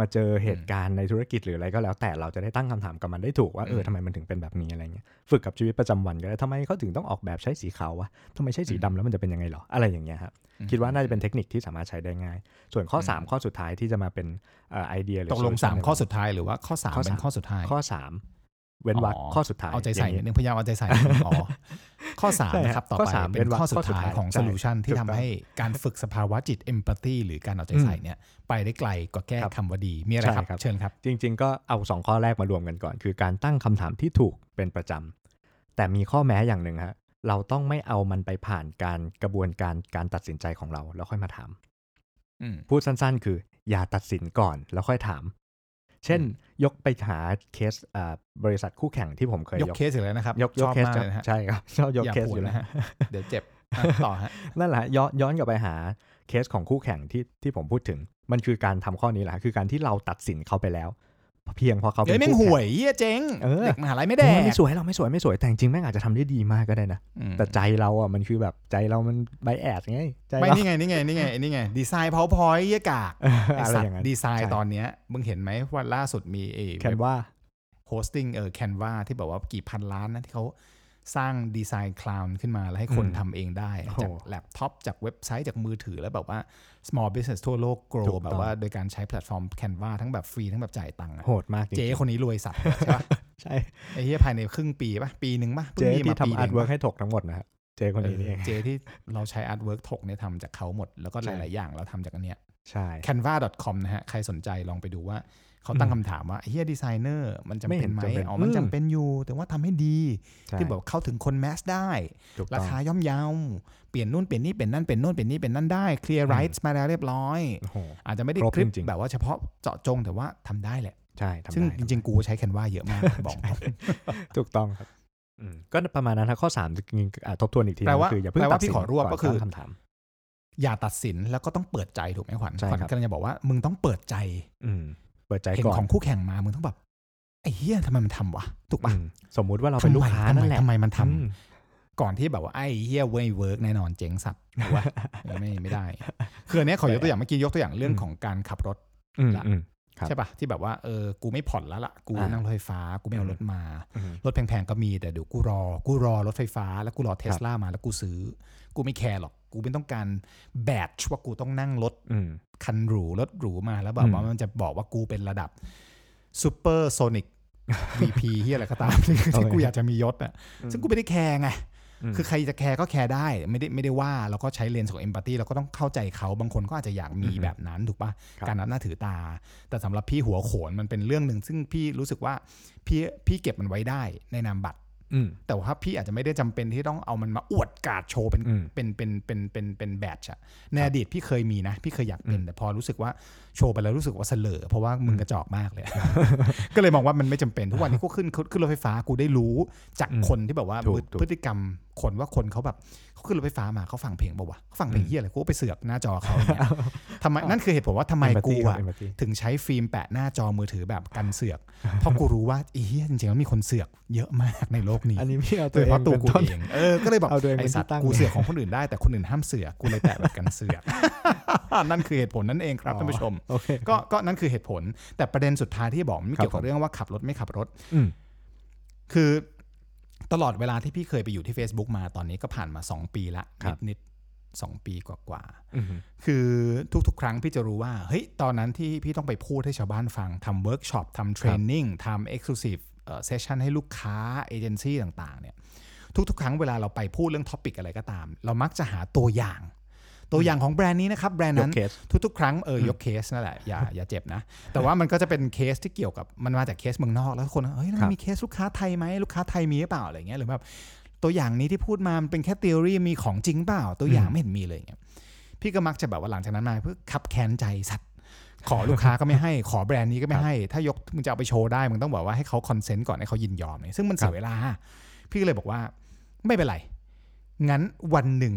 Speaker 1: มาเจอเหตุการณ์ในธุรกิจหรืออะไรก็แล้ว แต่เราจะได้ตั้งคำถามกับมันได้ถูกว่าเออ
Speaker 2: อืม
Speaker 1: ทำไมมันถึงเป็นแบบนี้อะไรเงี้ยฝึกกับชีวิตประจำวันก็ได้ทำไมเขาถึงต้องออกแบบใช้สีขาววะทำไมใช้สีดำแล้วมันจะเป็นยังไงหรออะไรอย่างเงี้ยครับ
Speaker 2: อืม
Speaker 1: คิดว่าน่าจะเป็นเทคนิคที่สามารถใช้ได้ง่าย ส่วนข้ออ
Speaker 2: ม
Speaker 1: สามข้อสุดท้ายที่จะมาเป็นเอ่อไอเดียหรือ
Speaker 2: ตกลง
Speaker 1: solution
Speaker 2: 3 ข้อสุดท้ายหรือว่าข้อ 3
Speaker 1: ข้อ
Speaker 2: เป็น
Speaker 1: สาม
Speaker 2: ข้อสุดท้าย
Speaker 1: ข้อสามเว้นวรรค
Speaker 2: อ๋อ
Speaker 1: ข้อสุดท้าย
Speaker 2: เอาใจใส่
Speaker 1: ย่ง
Speaker 2: นิด
Speaker 1: งี้
Speaker 2: นึงพยายามเอาใจใส่นิดนึงอ๋อ ข้อ
Speaker 1: ใช่
Speaker 2: 3
Speaker 1: ฮะ
Speaker 2: นะครับ ต่อ
Speaker 1: ข้อ
Speaker 2: ไป
Speaker 1: สาม
Speaker 2: เป็น
Speaker 1: เป็น
Speaker 2: ข้อสุด
Speaker 1: ข้อ
Speaker 2: ท้าย
Speaker 1: สุดท้าย
Speaker 2: ของ
Speaker 1: ใช่
Speaker 2: โซลูชันที่
Speaker 1: ถูก
Speaker 2: ทำ
Speaker 1: ต้อง
Speaker 2: ให้การฝึกสภาวะจิตเอมพัตตีหรือการเอาใจใส่เนี่ย ไปได้ไกลกว่าแก้
Speaker 1: ครับ
Speaker 2: คำว่าดี มีอะไร
Speaker 1: ใช่
Speaker 2: ครับ
Speaker 1: ครับ
Speaker 2: เชิญครับ
Speaker 1: จริง ๆ ก็เอา 2 ข้อแรกมารวมกันก่อน คือการตั้งคำถามที่ถูกเป็นประจำแต่มีข้อแม้อย่างหนึ่งฮะเราต้องไม่เอามันไปผ่านการกระบวนการการตัดสินใจของเรา แล้วค่อยมาถาม
Speaker 2: อืม
Speaker 1: พูดสั้น ๆ คือ อย่าตัดสินก่อนแล้วค่อยถาม เช่น
Speaker 2: อื
Speaker 1: ยกไปหาเคสอ่าบริษัทคู่แข่งที่ผมเคย
Speaker 2: ยกเคสอีกแล้วนะครับ
Speaker 1: ยกย
Speaker 2: ช
Speaker 1: ก
Speaker 2: อบ
Speaker 1: เคส
Speaker 2: มาก
Speaker 1: จะ
Speaker 2: เลยนะฮะ
Speaker 1: ใช่ครับ ชอบยก
Speaker 2: อย่า
Speaker 1: เคส
Speaker 2: พู
Speaker 1: อ
Speaker 2: ด
Speaker 1: ยู่แล้ว
Speaker 2: นะฮะเดี๋ยวเจ็บอ่ะต่อฮะ
Speaker 1: นั่นแหละฮะย้อนย้อนกลับไปหาเคสของคู่แข่งที่ที่ผมพูดถึง มันคือการทำข้อนี้แหละฮะคือการที่เราตัดสินเขาไปแล้ว เพียงเพราะเขาเป็
Speaker 2: เฮ้ย
Speaker 1: น
Speaker 2: แม่ง
Speaker 1: คู่แข่ง
Speaker 2: ห่วยเหี้ยเจ๊ง
Speaker 1: เออ
Speaker 2: เด็กมหาลัยไม่
Speaker 1: โอ้
Speaker 2: แด
Speaker 1: ย
Speaker 2: ก
Speaker 1: ไม่สวยเราไม่สวยไม่สวยแต่จริงๆแม่งอาจจะทำได้ดีมากก็ได้นะ
Speaker 2: อืม
Speaker 1: แต่ใจเราอ่ะมันคือแบบใจเรามันไบแอดไงใจ
Speaker 2: ไม่
Speaker 1: เรา
Speaker 2: นี่ไงนี่ไงนี่ไงนี่ไงดีไซน์ powerpoint เหี้ยกาก
Speaker 1: เออ
Speaker 2: ไอ้
Speaker 1: อะไร
Speaker 2: สัต
Speaker 1: อย่างนั้
Speaker 2: ว์
Speaker 1: น
Speaker 2: ดีไซ
Speaker 1: ใช่
Speaker 2: น์ตอนเนี้ยมึงเห็นไหมว่าล่าสุดมีเอ
Speaker 1: แคนว่า
Speaker 2: โฮสติ้งเออแคนวาที่แบบว่ากี่พันล้านนะที่เขาสร้างดีไซน์คลาวน์ขึ้นมาแล้วให้คน
Speaker 1: อืม
Speaker 2: ทำเองได้
Speaker 1: โอ้โห
Speaker 2: จากแล็ปท็อปจากเว็บไซต์จากมือถือแล้วแบบว่า small business ทั่วโลก
Speaker 1: ถูกต้
Speaker 2: grow
Speaker 1: อง
Speaker 2: แบบว่าโดยการใช้แพลตฟอร์ม Canva ทั้งแบบฟรีทั้งแบบจ่ายตังค์อะ
Speaker 1: โหดมากจริง
Speaker 2: เจ๊คนนี้รวยสั ตว์ใช่ปะ
Speaker 1: ๆใช่
Speaker 2: ไอ้เหี้ยภายในครึ่งปีปะปีหนึ่งปะพิ่
Speaker 1: เจ๊
Speaker 2: งมีมา
Speaker 1: ที่
Speaker 2: ปี
Speaker 1: ทำอาร์ต
Speaker 2: ง
Speaker 1: เวิร์ก
Speaker 2: ปะ
Speaker 1: ให้ถกทั้งหมดนะฮะเจ๊คนนี้นี่เอง
Speaker 2: เจที่เราใช้อาร์ตเวิร์กถกเนี่ยทำจากเขาหมด แล้วก็ห
Speaker 1: ใช่
Speaker 2: ลาย ๆ อย่างเราทำจากอันเนี้ย
Speaker 1: ใช่
Speaker 2: canva.com นะฮะ ใครสนใจลองไปดูว่า เขาตั้งคำถามว่าเฮียดีไซเนอร์มันจำ
Speaker 1: ไม่
Speaker 2: เป็
Speaker 1: เห็
Speaker 2: น
Speaker 1: น
Speaker 2: ไหม
Speaker 1: จำเป็น
Speaker 2: อ๋อ มัน
Speaker 1: อืม
Speaker 2: จำเป็นอยู่ แต่ว่าทำให้ดี
Speaker 1: ใช่
Speaker 2: ที่แบบเข้าถึงคนแมสได้
Speaker 1: ถูกต้
Speaker 2: รา
Speaker 1: อง
Speaker 2: คาย่อมเยาว เปลี่ยนนู่นเปลี่ยนนี่เปลี่ยนนั่นเปลี่ยนนู่นเปลี่ยนนี่เปลี่ยนนั่นได้เคลียร์
Speaker 1: อืม
Speaker 2: ไรท์มาแล้วเรียบร้อย
Speaker 1: โอ้โห
Speaker 2: อาจจะไม่ได้
Speaker 1: ครบ
Speaker 2: คลิป
Speaker 1: จริงๆ
Speaker 2: แบบว่าเฉพาะเจาะจงแต่ว่าทำได้แหละ
Speaker 1: ใช่ทำได้
Speaker 2: ซึ่งจ
Speaker 1: ทำ
Speaker 2: ริ
Speaker 1: ได้
Speaker 2: ง ๆ กูใช้แคนวาเยอะ มากบอกตรง
Speaker 1: ถูกต้องครับอืมก็ประมาณนั้นครับข้อสามจริงๆอ่ะทบทวนอีกทีนะ
Speaker 2: แปลว่า
Speaker 1: คืออย่าเพิ่ง
Speaker 2: แป
Speaker 1: ตั
Speaker 2: ลว่า
Speaker 1: ด
Speaker 2: พี่
Speaker 1: สิน
Speaker 2: ขอรวบก็คือ
Speaker 1: ตั้งคำถาม
Speaker 2: อย่าตัดสินแล้วก็ต้องเปิดใจถูกไหมขวัญ
Speaker 1: ใช่
Speaker 2: ขวัญ
Speaker 1: ครับ
Speaker 2: กำลังจะบอกว่ามึงต้องเปิดใจ
Speaker 1: อืมเปิดใจ
Speaker 2: เห็น
Speaker 1: ก่อน
Speaker 2: ของคู่แข่งมา มึงต้องแบบไอ้เหี้ยทำไมมันทำวะ ถูกปะ
Speaker 1: อืมสมมุติว่าเราเป็นลูกค้า
Speaker 2: ทำไม
Speaker 1: นั่นแหละ
Speaker 2: ทำไมมันทำ
Speaker 1: อืม
Speaker 2: ก่อนที่แบบว่าไอ้เหี้ยเว้ยเวิร์กแน่นอนเจ๋งสัตว์ถูกปะ ไม่ไม่ได้ คืออันเนี้ยขอยก ตัวอย่างเมื่อกี้ยกตัวอย่างเรื่อง
Speaker 1: อืม
Speaker 2: ของการขับรถ
Speaker 1: อืม
Speaker 2: ละ
Speaker 1: อืม ครับ
Speaker 2: ใช่ปะที่แบบว่าเออกูไม่ผ่อนแล้วล่ะ กู
Speaker 1: อ่านั่
Speaker 2: นั่งรถไฟฟ้า กูไม่เอารถมา
Speaker 1: อืม
Speaker 2: รถแพงๆก็มีแต่เดี๋ยวกูรอ กูรอรถไฟฟ้า แล้วกูรอเทสลามาแล้วกูซื้อ กูไม่แคร์หรอกกูไม่ต้องการแบตว่ากูต้องนั่งรถ
Speaker 1: อืม
Speaker 2: คันหรูรถหรูมาแล้วแบบว่า
Speaker 1: อืม
Speaker 2: มันจะบอกว่ากูเป็นระดับซูเปอร์ โซนิก VP ที่อะไรก็ตามที่ที่กูอยากจะมียศอ่ะซึ่งกูไม่ได้แคร์ไง
Speaker 1: อืม
Speaker 2: คือใครจะแคร์ก็แคร์ได้ไม่ได้ไม่ได้ว่าเราก็ใช้เลนส์ของเอมพัตตีเราก็ต้องเข้าใจเขาบางคนก็อาจจะอยากมีแบบนั้นถูกปะ
Speaker 1: ครับ
Speaker 2: การนับหน้าถือตา แต่สำหรับพี่หัวโขนมันเป็นเรื่องหนึ่งซึ่งพี่รู้สึกว่าพี่พี่เก็บมันไว้ได้ในนามบัตร
Speaker 1: อืม
Speaker 2: แต่ว่าพี่อาจจะไม่ได้จำเป็นที่ต้องเอามันมาอวดการ์ดโชว์เป็น
Speaker 1: อืม
Speaker 2: เป็นเป็นเป็นเป็นเป็นแบตชอะในอดีตพี่เคยมีนะ พี่เคยอยากเป็น แต่พอรู้สึกว่าโชว์ไปแล้วรู้สึกว่าเสลอเพราะว่ามึงกระจอกมากเลย ก็เลยมองว่ามันไม่จำเป็นทุกวันนี้กูขึ้นขึ้นรถไฟฟ้ากูได้รู้จาก
Speaker 1: อืม
Speaker 2: คนที่แบบว่า
Speaker 1: ถูกถูก
Speaker 2: พฤติกรรมคนว่าคนเขาแบบเขาขึ้นรถไฟฟ้ามาเขาฟังเพลงเปล่าวะเขาฟังเพลงเฮียอะไรกูก็ไปเสือกหน้าจอ เขาอย่างเงี้ยทำไมนั่นคือเหตุผลว่าทำไม
Speaker 1: Empathy
Speaker 2: กู
Speaker 1: ครั
Speaker 2: อะ
Speaker 1: บ Empathy
Speaker 2: ถึงใช้ฟิล์มแปะหน้าจอมือถือแบบกันเสือก เพราะกูรู้ว่าอีเหี้ยจริงๆแล้วมีคนเสือกเยอะมากในโลกนี้
Speaker 1: อันนี้พี่เอา
Speaker 2: โด
Speaker 1: ตัวย เอง
Speaker 2: เฉพาะตัว
Speaker 1: เป็น
Speaker 2: กู
Speaker 1: ต้น
Speaker 2: เอง เออ ก็เลยบอก
Speaker 1: เอาตัวเอง
Speaker 2: ไอ
Speaker 1: เป็น
Speaker 2: สัต
Speaker 1: ที่
Speaker 2: ว์
Speaker 1: ตั้ง
Speaker 2: กูเสือกของคนอื่นได้แต่คนอื่นห้ามเสือก กูเลยแตะแบบกันเสือก นั่นคือเหตุผลนั่นเองครับท่านผู้ชม
Speaker 1: โอเค
Speaker 2: ก็ก็นั่นคือเหตุผล แต่ประเด็นสุดท้ายที่บอกมันไม่
Speaker 1: ครับ
Speaker 2: เกี่ยวกับเรื่องว่าขับรถไม่ขับรถ
Speaker 1: อืม
Speaker 2: คือตลอดเวลาที่พี่เคยไปอยู่ที่ Facebook มาตอนนี้ก็ผ่านมา 2 ปีละนิดนิดๆสองปีกว่ากว่าๆ
Speaker 1: อืม
Speaker 2: คือทุกๆ ครั้งพี่จะรู้ว่า เฮ้ย ตอนนั้นที่พี่ต้องไปพูดให้ชาวบ้านฟังทำเวิร์กช็อปทำเทรนนิ่งทำเอ็กซ์คลูซีฟเซสชันให้ลูกค้า เอเจนซี่ต่างๆเนี่ยทุกๆ ครั้งเวลาเราไปพูดเรื่องท็อปิกอะไรก็ตาม เรามักจะหาตัวอย่าง ตัวอย่างของแบรนด์นี้นะครับ แบรนด์นั้
Speaker 1: ย
Speaker 2: น
Speaker 1: กเคส
Speaker 2: ทุกๆ ครั้งเออยกเคสนั่นแหละอย่าอย่าเจ็บนะ แต่ว่ามันก็จะเป็นเคสที่เกี่ยวกับมันมาจากเคสเมืองนอก แล้วคนเฮ้ยแล้ว
Speaker 1: ครั
Speaker 2: มัน
Speaker 1: บ
Speaker 2: มีเคสลูกค้าไทยไหมลูกค้าไทยมีหรือเปล่าอะไรเงี้ยหรือแบบตัวอย่างนี้ที่พูดมามันเป็นแค่ทฤษฎีมีของจริงเปล่า ตัวอย่างไม่เห็นมีเลยเงี้ยพี่ก็มักจะแบบว่าหลังจากนั้นมาเพื่อขับแค้นใจสัตว์ ขอลูกค้าก็ไม่ให้ ขอแบรนด์นี้ก็ไม่ให้ ถ้ายกมึงจะเอาไปโชว์ได้มึงต้องบอกว่าให้เขาคอนเซนต์ก่อนให้เขายินยอมเนี่ยซึ่งมันเสียเวลา พี่ก็เลยบอกว่าไม่เป็นไร งั้นวันหนึ่ง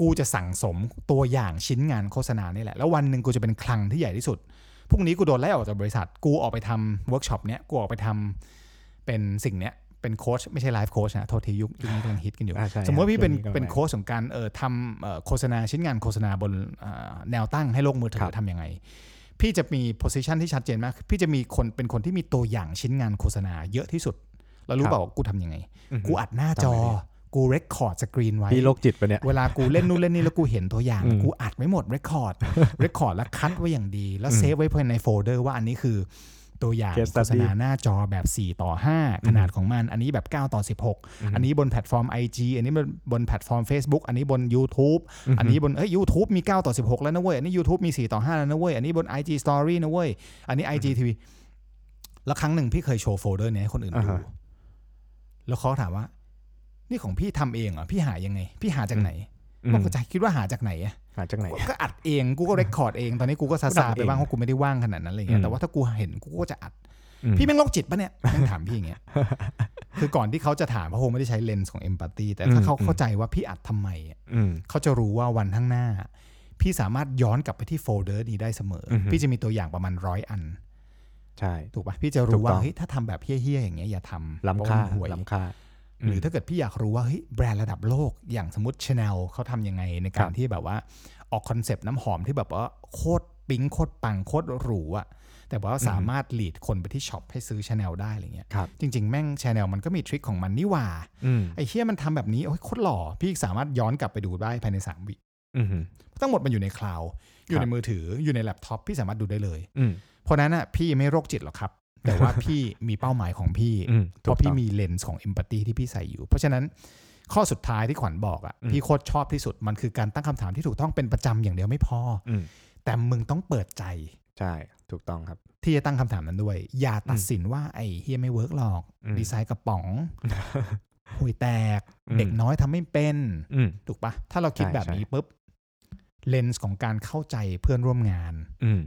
Speaker 2: กูจะสั่งสมตัวอย่างชิ้นงานโฆษณานี่แหละ แล้ววันหนึ่งกูจะเป็นคลังที่ใหญ่ที่สุด พรุ่งนี้กูโดนไล่ออกจากบริษัท กูออกไปทำเวิร์กช็อปเนี้ย กูออกไปทำเป็นสิ่งเนี้ย เป็นโค้ชไม่ใช่ไลฟ์โค้ชนะ โทษทียุคยุคนี้กำลังฮิตกันอยู่
Speaker 1: อ่าใช่
Speaker 2: สมมติว่าพี่เป็น
Speaker 1: ช่วงนี้กำลัง
Speaker 2: เป็นโค้ชของการเออทำเอ่อโฆษณาชิ้นงานโฆษณาบนเอ่อแนวตั้งให้โลกมือถื
Speaker 1: ครั
Speaker 2: อบ ทำยังไง พี่จะมี position ที่ชัดเจนมาก พี่จะมีคนเป็นคนที่มีตัวอย่างชิ้นงานโฆษณาเยอะที่สุด แล้วรู้เปล่าว่ากูทำยังไง กูอัดหน้าจอ กูเรคคอร์ดสกรีนไว้
Speaker 1: พี่โรคจิตปะเนี่ย
Speaker 2: เวลากูเล่นนู่นเล่นนี่แล้วกูเห็นตัวอย่าง
Speaker 1: อืม
Speaker 2: กูอัดไว้หมดเรคคอ ร์ดเรคคอร์ดแล้วคัดไว้อย่างดี แล้วเซฟไว้ภายในโฟลเดอร์ว่าอันนี้คือตัวอย่าง
Speaker 1: Case
Speaker 2: โฆ
Speaker 1: study
Speaker 2: ษณาหน้าจอแบบ 4 ต่อ 5 ขนาดของมัน อันนี้แบบ 9 ต่อ 16 อันนี้บนแพลตฟอร์ม IG อันนี้บนแพลตฟอร์ม Facebook อันนี้บน YouTube อันนี้บนเอ้ย YouTube มี 9 ต่อ 16 แล้วนะเว้ย อันนี้ YouTube มี 4 ต่อ 5 แล้วนะเว้ย อันนี้บน IG Story นะเว้ย อันนี้ IG TV แล้วครั้งหนึ่งพี่เคยโชว์โฟลเดอร์เนี้ยให้คนอื่นดู
Speaker 1: อ่าฮะ
Speaker 2: แล้วเขาก็ถามว่า นี่ของพี่ทำเองเหรอ พี่หายังไง พี่หาจากไหน
Speaker 1: อืม
Speaker 2: มันก็จะคิดว่าหาจากไหนอะ
Speaker 1: หาจากไหน
Speaker 2: ก็อัดเอง กูก็เรคคอร์ดเอง ตอนนี้กูก็ซาซา
Speaker 1: กูทำเอง
Speaker 2: ไปบ้างเพราะกูไม่ได้ว่างขนาดนั้นอะไรเงี้
Speaker 1: อื
Speaker 2: ย
Speaker 1: ม
Speaker 2: แต่ว่าถ้ากูเห็นกูก็จะอัด
Speaker 1: อืม
Speaker 2: พี่แม่งโรคจิตปะเนี่ยแม่งถามพี่ อย่างเงี้ย คือก่อนที่เขาจะถามเพราะคงไม่ได้ใช้เลนส์ของเอมพัตตีแต่ถ้าเขาเข้าใจว่าพี่อัดทำไมอะ
Speaker 1: อืม
Speaker 2: เขาจะรู้ว่าวันข้างหน้า พี่สามารถย้อนกลับไปที่โฟลเดอร์นี้ได้เสมอ
Speaker 1: อือฮึ
Speaker 2: พี่จะมีตัวอย่างประมาณร้อยอัน
Speaker 1: ใช่
Speaker 2: ถูกปะพี่จะ
Speaker 1: ถู
Speaker 2: รู้
Speaker 1: ก
Speaker 2: ว่า
Speaker 1: ต้อง
Speaker 2: เฮ้ยถ้าทำแบบเฮี้ยๆอย่างเงี้ยอย่าทำเพ
Speaker 1: ล้ำ
Speaker 2: ระ
Speaker 1: ค่า
Speaker 2: มันห่วย
Speaker 1: ล้ำค่า อืม
Speaker 2: หรือถ้าเกิดพี่อยากรู้ว่าเฮ้ยแบรนด์ระดับโลกอย่างสมมติชาแนลเขาทำยังไงในกา
Speaker 1: ค
Speaker 2: ร
Speaker 1: รับ
Speaker 2: ที่แบบว่าออกคอนเซปต์น้ำหอมที่แบบว่าโคตรปิ๊งโคตรปังโคตรหรูอะแต่ว่าสามารถหลีดคนไปที่ช็อปให้ซื้อชาแนลได้อะไรเงี้ย
Speaker 1: ครับ
Speaker 2: จริง ๆ แม่งชาแนลมันก็มีทริคของมันนี่หว่า
Speaker 1: อืม
Speaker 2: ไอ้เฮี้ยมันทำแบบนี้โอ้ยโคตรหล่อพี่สามารถย้อนกลับไปดูได้ภายในสามวิ
Speaker 1: อืม
Speaker 2: ทั้งหมดมันอยู่ในคลาวด์อยู่
Speaker 1: ค
Speaker 2: ใน
Speaker 1: รับ
Speaker 2: มือถืออยู่ในแล็ปท็อปพี่สามารถดูได้เลย
Speaker 1: อืม
Speaker 2: เพราะนั้นอ่ะพี่ไม่โรคจิตหรอกครับ แต่ว่าพี่มีเป้าหมายของพี่
Speaker 1: อืม
Speaker 2: เพ
Speaker 1: ถูก
Speaker 2: ราะ
Speaker 1: ต้
Speaker 2: พี่
Speaker 1: อง
Speaker 2: มีเลนส์ของเอมพัตตีที่พี่ใส่อยู่ เพราะฉะนั้นข้อสุดท้ายที่ขวัญบอกอ่ะ
Speaker 1: อืม
Speaker 2: พี่โคตรชอบที่สุดมันคือการตั้งคำถามที่ถูกต้องเป็นประจำอย่างเดียวไม่พออ
Speaker 1: อืม
Speaker 2: แต่มึงต้องเปิดใจ
Speaker 1: ใช่ ถูกต้องครับ
Speaker 2: ที่จะตั้งคำถามนั้นด้วย อย่าตัดสินว่าไอ้เฮียไม่เวิร์กหรอก
Speaker 1: อืม
Speaker 2: ดีไซน์กระป๋องห่วยแตก
Speaker 1: อืม
Speaker 2: เด็กน้อยทำไม่เป็น
Speaker 1: อืม
Speaker 2: ถูกปะถ้าเราคิด
Speaker 1: ใช่
Speaker 2: แบบนี้
Speaker 1: ใช่
Speaker 2: ปุ๊บเลนส์ของการเข้าใจเพื่อนร่วมงาน
Speaker 1: อืม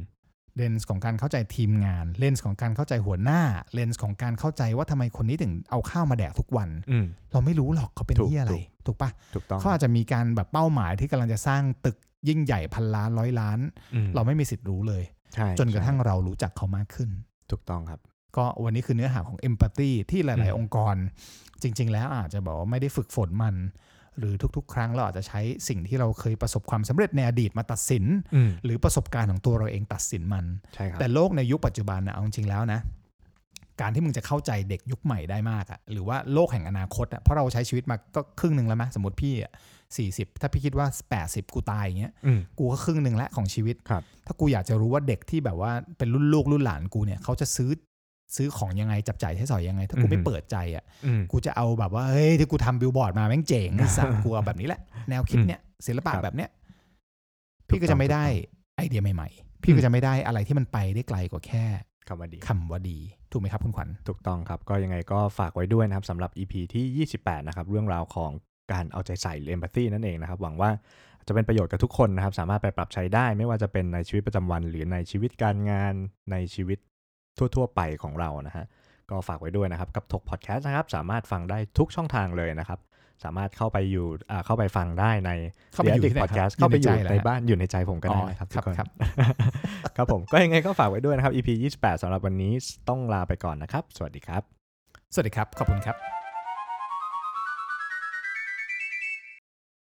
Speaker 2: เลนส์ของการเข้าใจทีมงาน เลนส์ของการเข้าใจหัวหน้า เลนส์ของการเข้าใจว่าทำไมคนนี้ถึงเอาข้าวมาแดกทุกวัน
Speaker 1: อืม
Speaker 2: เราไม่รู้หรอกเขาเป็น
Speaker 1: ถูก
Speaker 2: ที่อะไร
Speaker 1: ถูก
Speaker 2: ถูกปะ
Speaker 1: ถูกต้อง
Speaker 2: เขาอาจจะมีการแบบเป้าหมายที่กำลังจะสร้างตึกยิ่งใหญ่พันล้านร้อยล้าน
Speaker 1: อืม
Speaker 2: เราไม่มีสิทธิ์รู้เลย
Speaker 1: ใช่
Speaker 2: จนกระทั่ง
Speaker 1: ใช่
Speaker 2: เรารู้จักเขามากขึ้น
Speaker 1: ถูกต้องครับ
Speaker 2: ก็วันนี้คือเนื้อหาของ Empathy ที่หลา
Speaker 1: อื
Speaker 2: ย
Speaker 1: ม
Speaker 2: ๆ องค์กร จริง ๆ แล้วอาจจะบอกว่าไม่ได้ฝึกฝนมัน หรือทุก ๆ ครั้งเราอาจจะใช้สิ่งที่เราเคยประสบความสำเร็จในอดีตมาตัดสิน
Speaker 1: อืม
Speaker 2: หรือประสบการณ์ของตัวเราเองตัดสินมัน
Speaker 1: ใช่ครับ
Speaker 2: แต่โลกในยุคปัจจุบันนะเอาจริงๆแล้วนะ การที่มึงจะเข้าใจเด็กยุคใหม่ได้มากอะหรือว่าโลกแห่งอนาคตอะเพราะเราใช้ชีวิตมาก็ครึ่งหนึ่งแล้วมะสมมติพี่อะสี่สิบถ้าพี่คิดว่า 80 กูตายอย่างเงี้ย
Speaker 1: อืม
Speaker 2: กูก็ครึ่งหนึ่งแล้วของชีวิต
Speaker 1: ครับ
Speaker 2: ถ้ากูอยากจะรู้ว่าเด็กที่แบบว่าเป็นรุ่นลูกรุ่นหลานกูเนี่ยเขาจะซื้อ ซื้อของยังไงจับจ่ายใช้สอยยังไง ถ้ากู
Speaker 1: อื
Speaker 2: ไม่
Speaker 1: ม
Speaker 2: เปิดใจอ่ะ
Speaker 1: อืม
Speaker 2: กูจะเอาแบบว่าเฮ้ยที่กูทำบิลบอร์ดมาแม่งเจ๋งไอ้สัตว์กูเอาแบบนี้แหละ แนวคิดเนี่ยศิลปะ
Speaker 1: ครับ
Speaker 2: แบบเนี้ย พี่ก็จะไม่ได้ไอเดียใหม่ๆ พี่ก็จะไม่ได้อะไรที่มันไปได้ไกลกว่าแค่
Speaker 1: คำว่าดี
Speaker 2: คำว่าดี ถูกไหมครับคุณขวัญ
Speaker 1: ถูกต้องครับ ก็ยังไงก็ฝากไว้ด้วยนะครับสำหรับ EP ที่ 28 นะครับ เรื่องราวของการเอาใจใส่เอมพัตตีนั่นเองนะครับ หวังว่าจะเป็นประโยชน์กับทุกคนนะครับ สามารถไปปรับใช้ได้ไม่ว่าจะเป็นในชีวิตประจำวัน หรือในชีวิตการงานในชีวิตทั่ว ๆ ไปของเรานะฮะก็ฝากไว้ด้วยนะครับ กับถกพอดแคสต์นะครับ สามารถฟังได้ทุกช่องทางเลยนะครับ สามารถเข้าไปอยู่อ่าเข้าไปฟังได้ใน
Speaker 2: เข้าไปอยู่ที่ไหนค
Speaker 1: พ
Speaker 2: รับ
Speaker 1: อดแคสต์เข้าไปอยู่ในบ้านอยู่ในใจผมก็ได้นะครับ
Speaker 2: อ๋อครับ
Speaker 1: ทุกน
Speaker 2: ครับ
Speaker 1: ครับผมก็ยังไงก็ฝากไว้ด้วยนะครับ EP 28สำหรับวันนี้ต้องลาไปก่อนนะครับ สวัสดีครับ
Speaker 2: สวัสดีครับ ขอบคุณครับ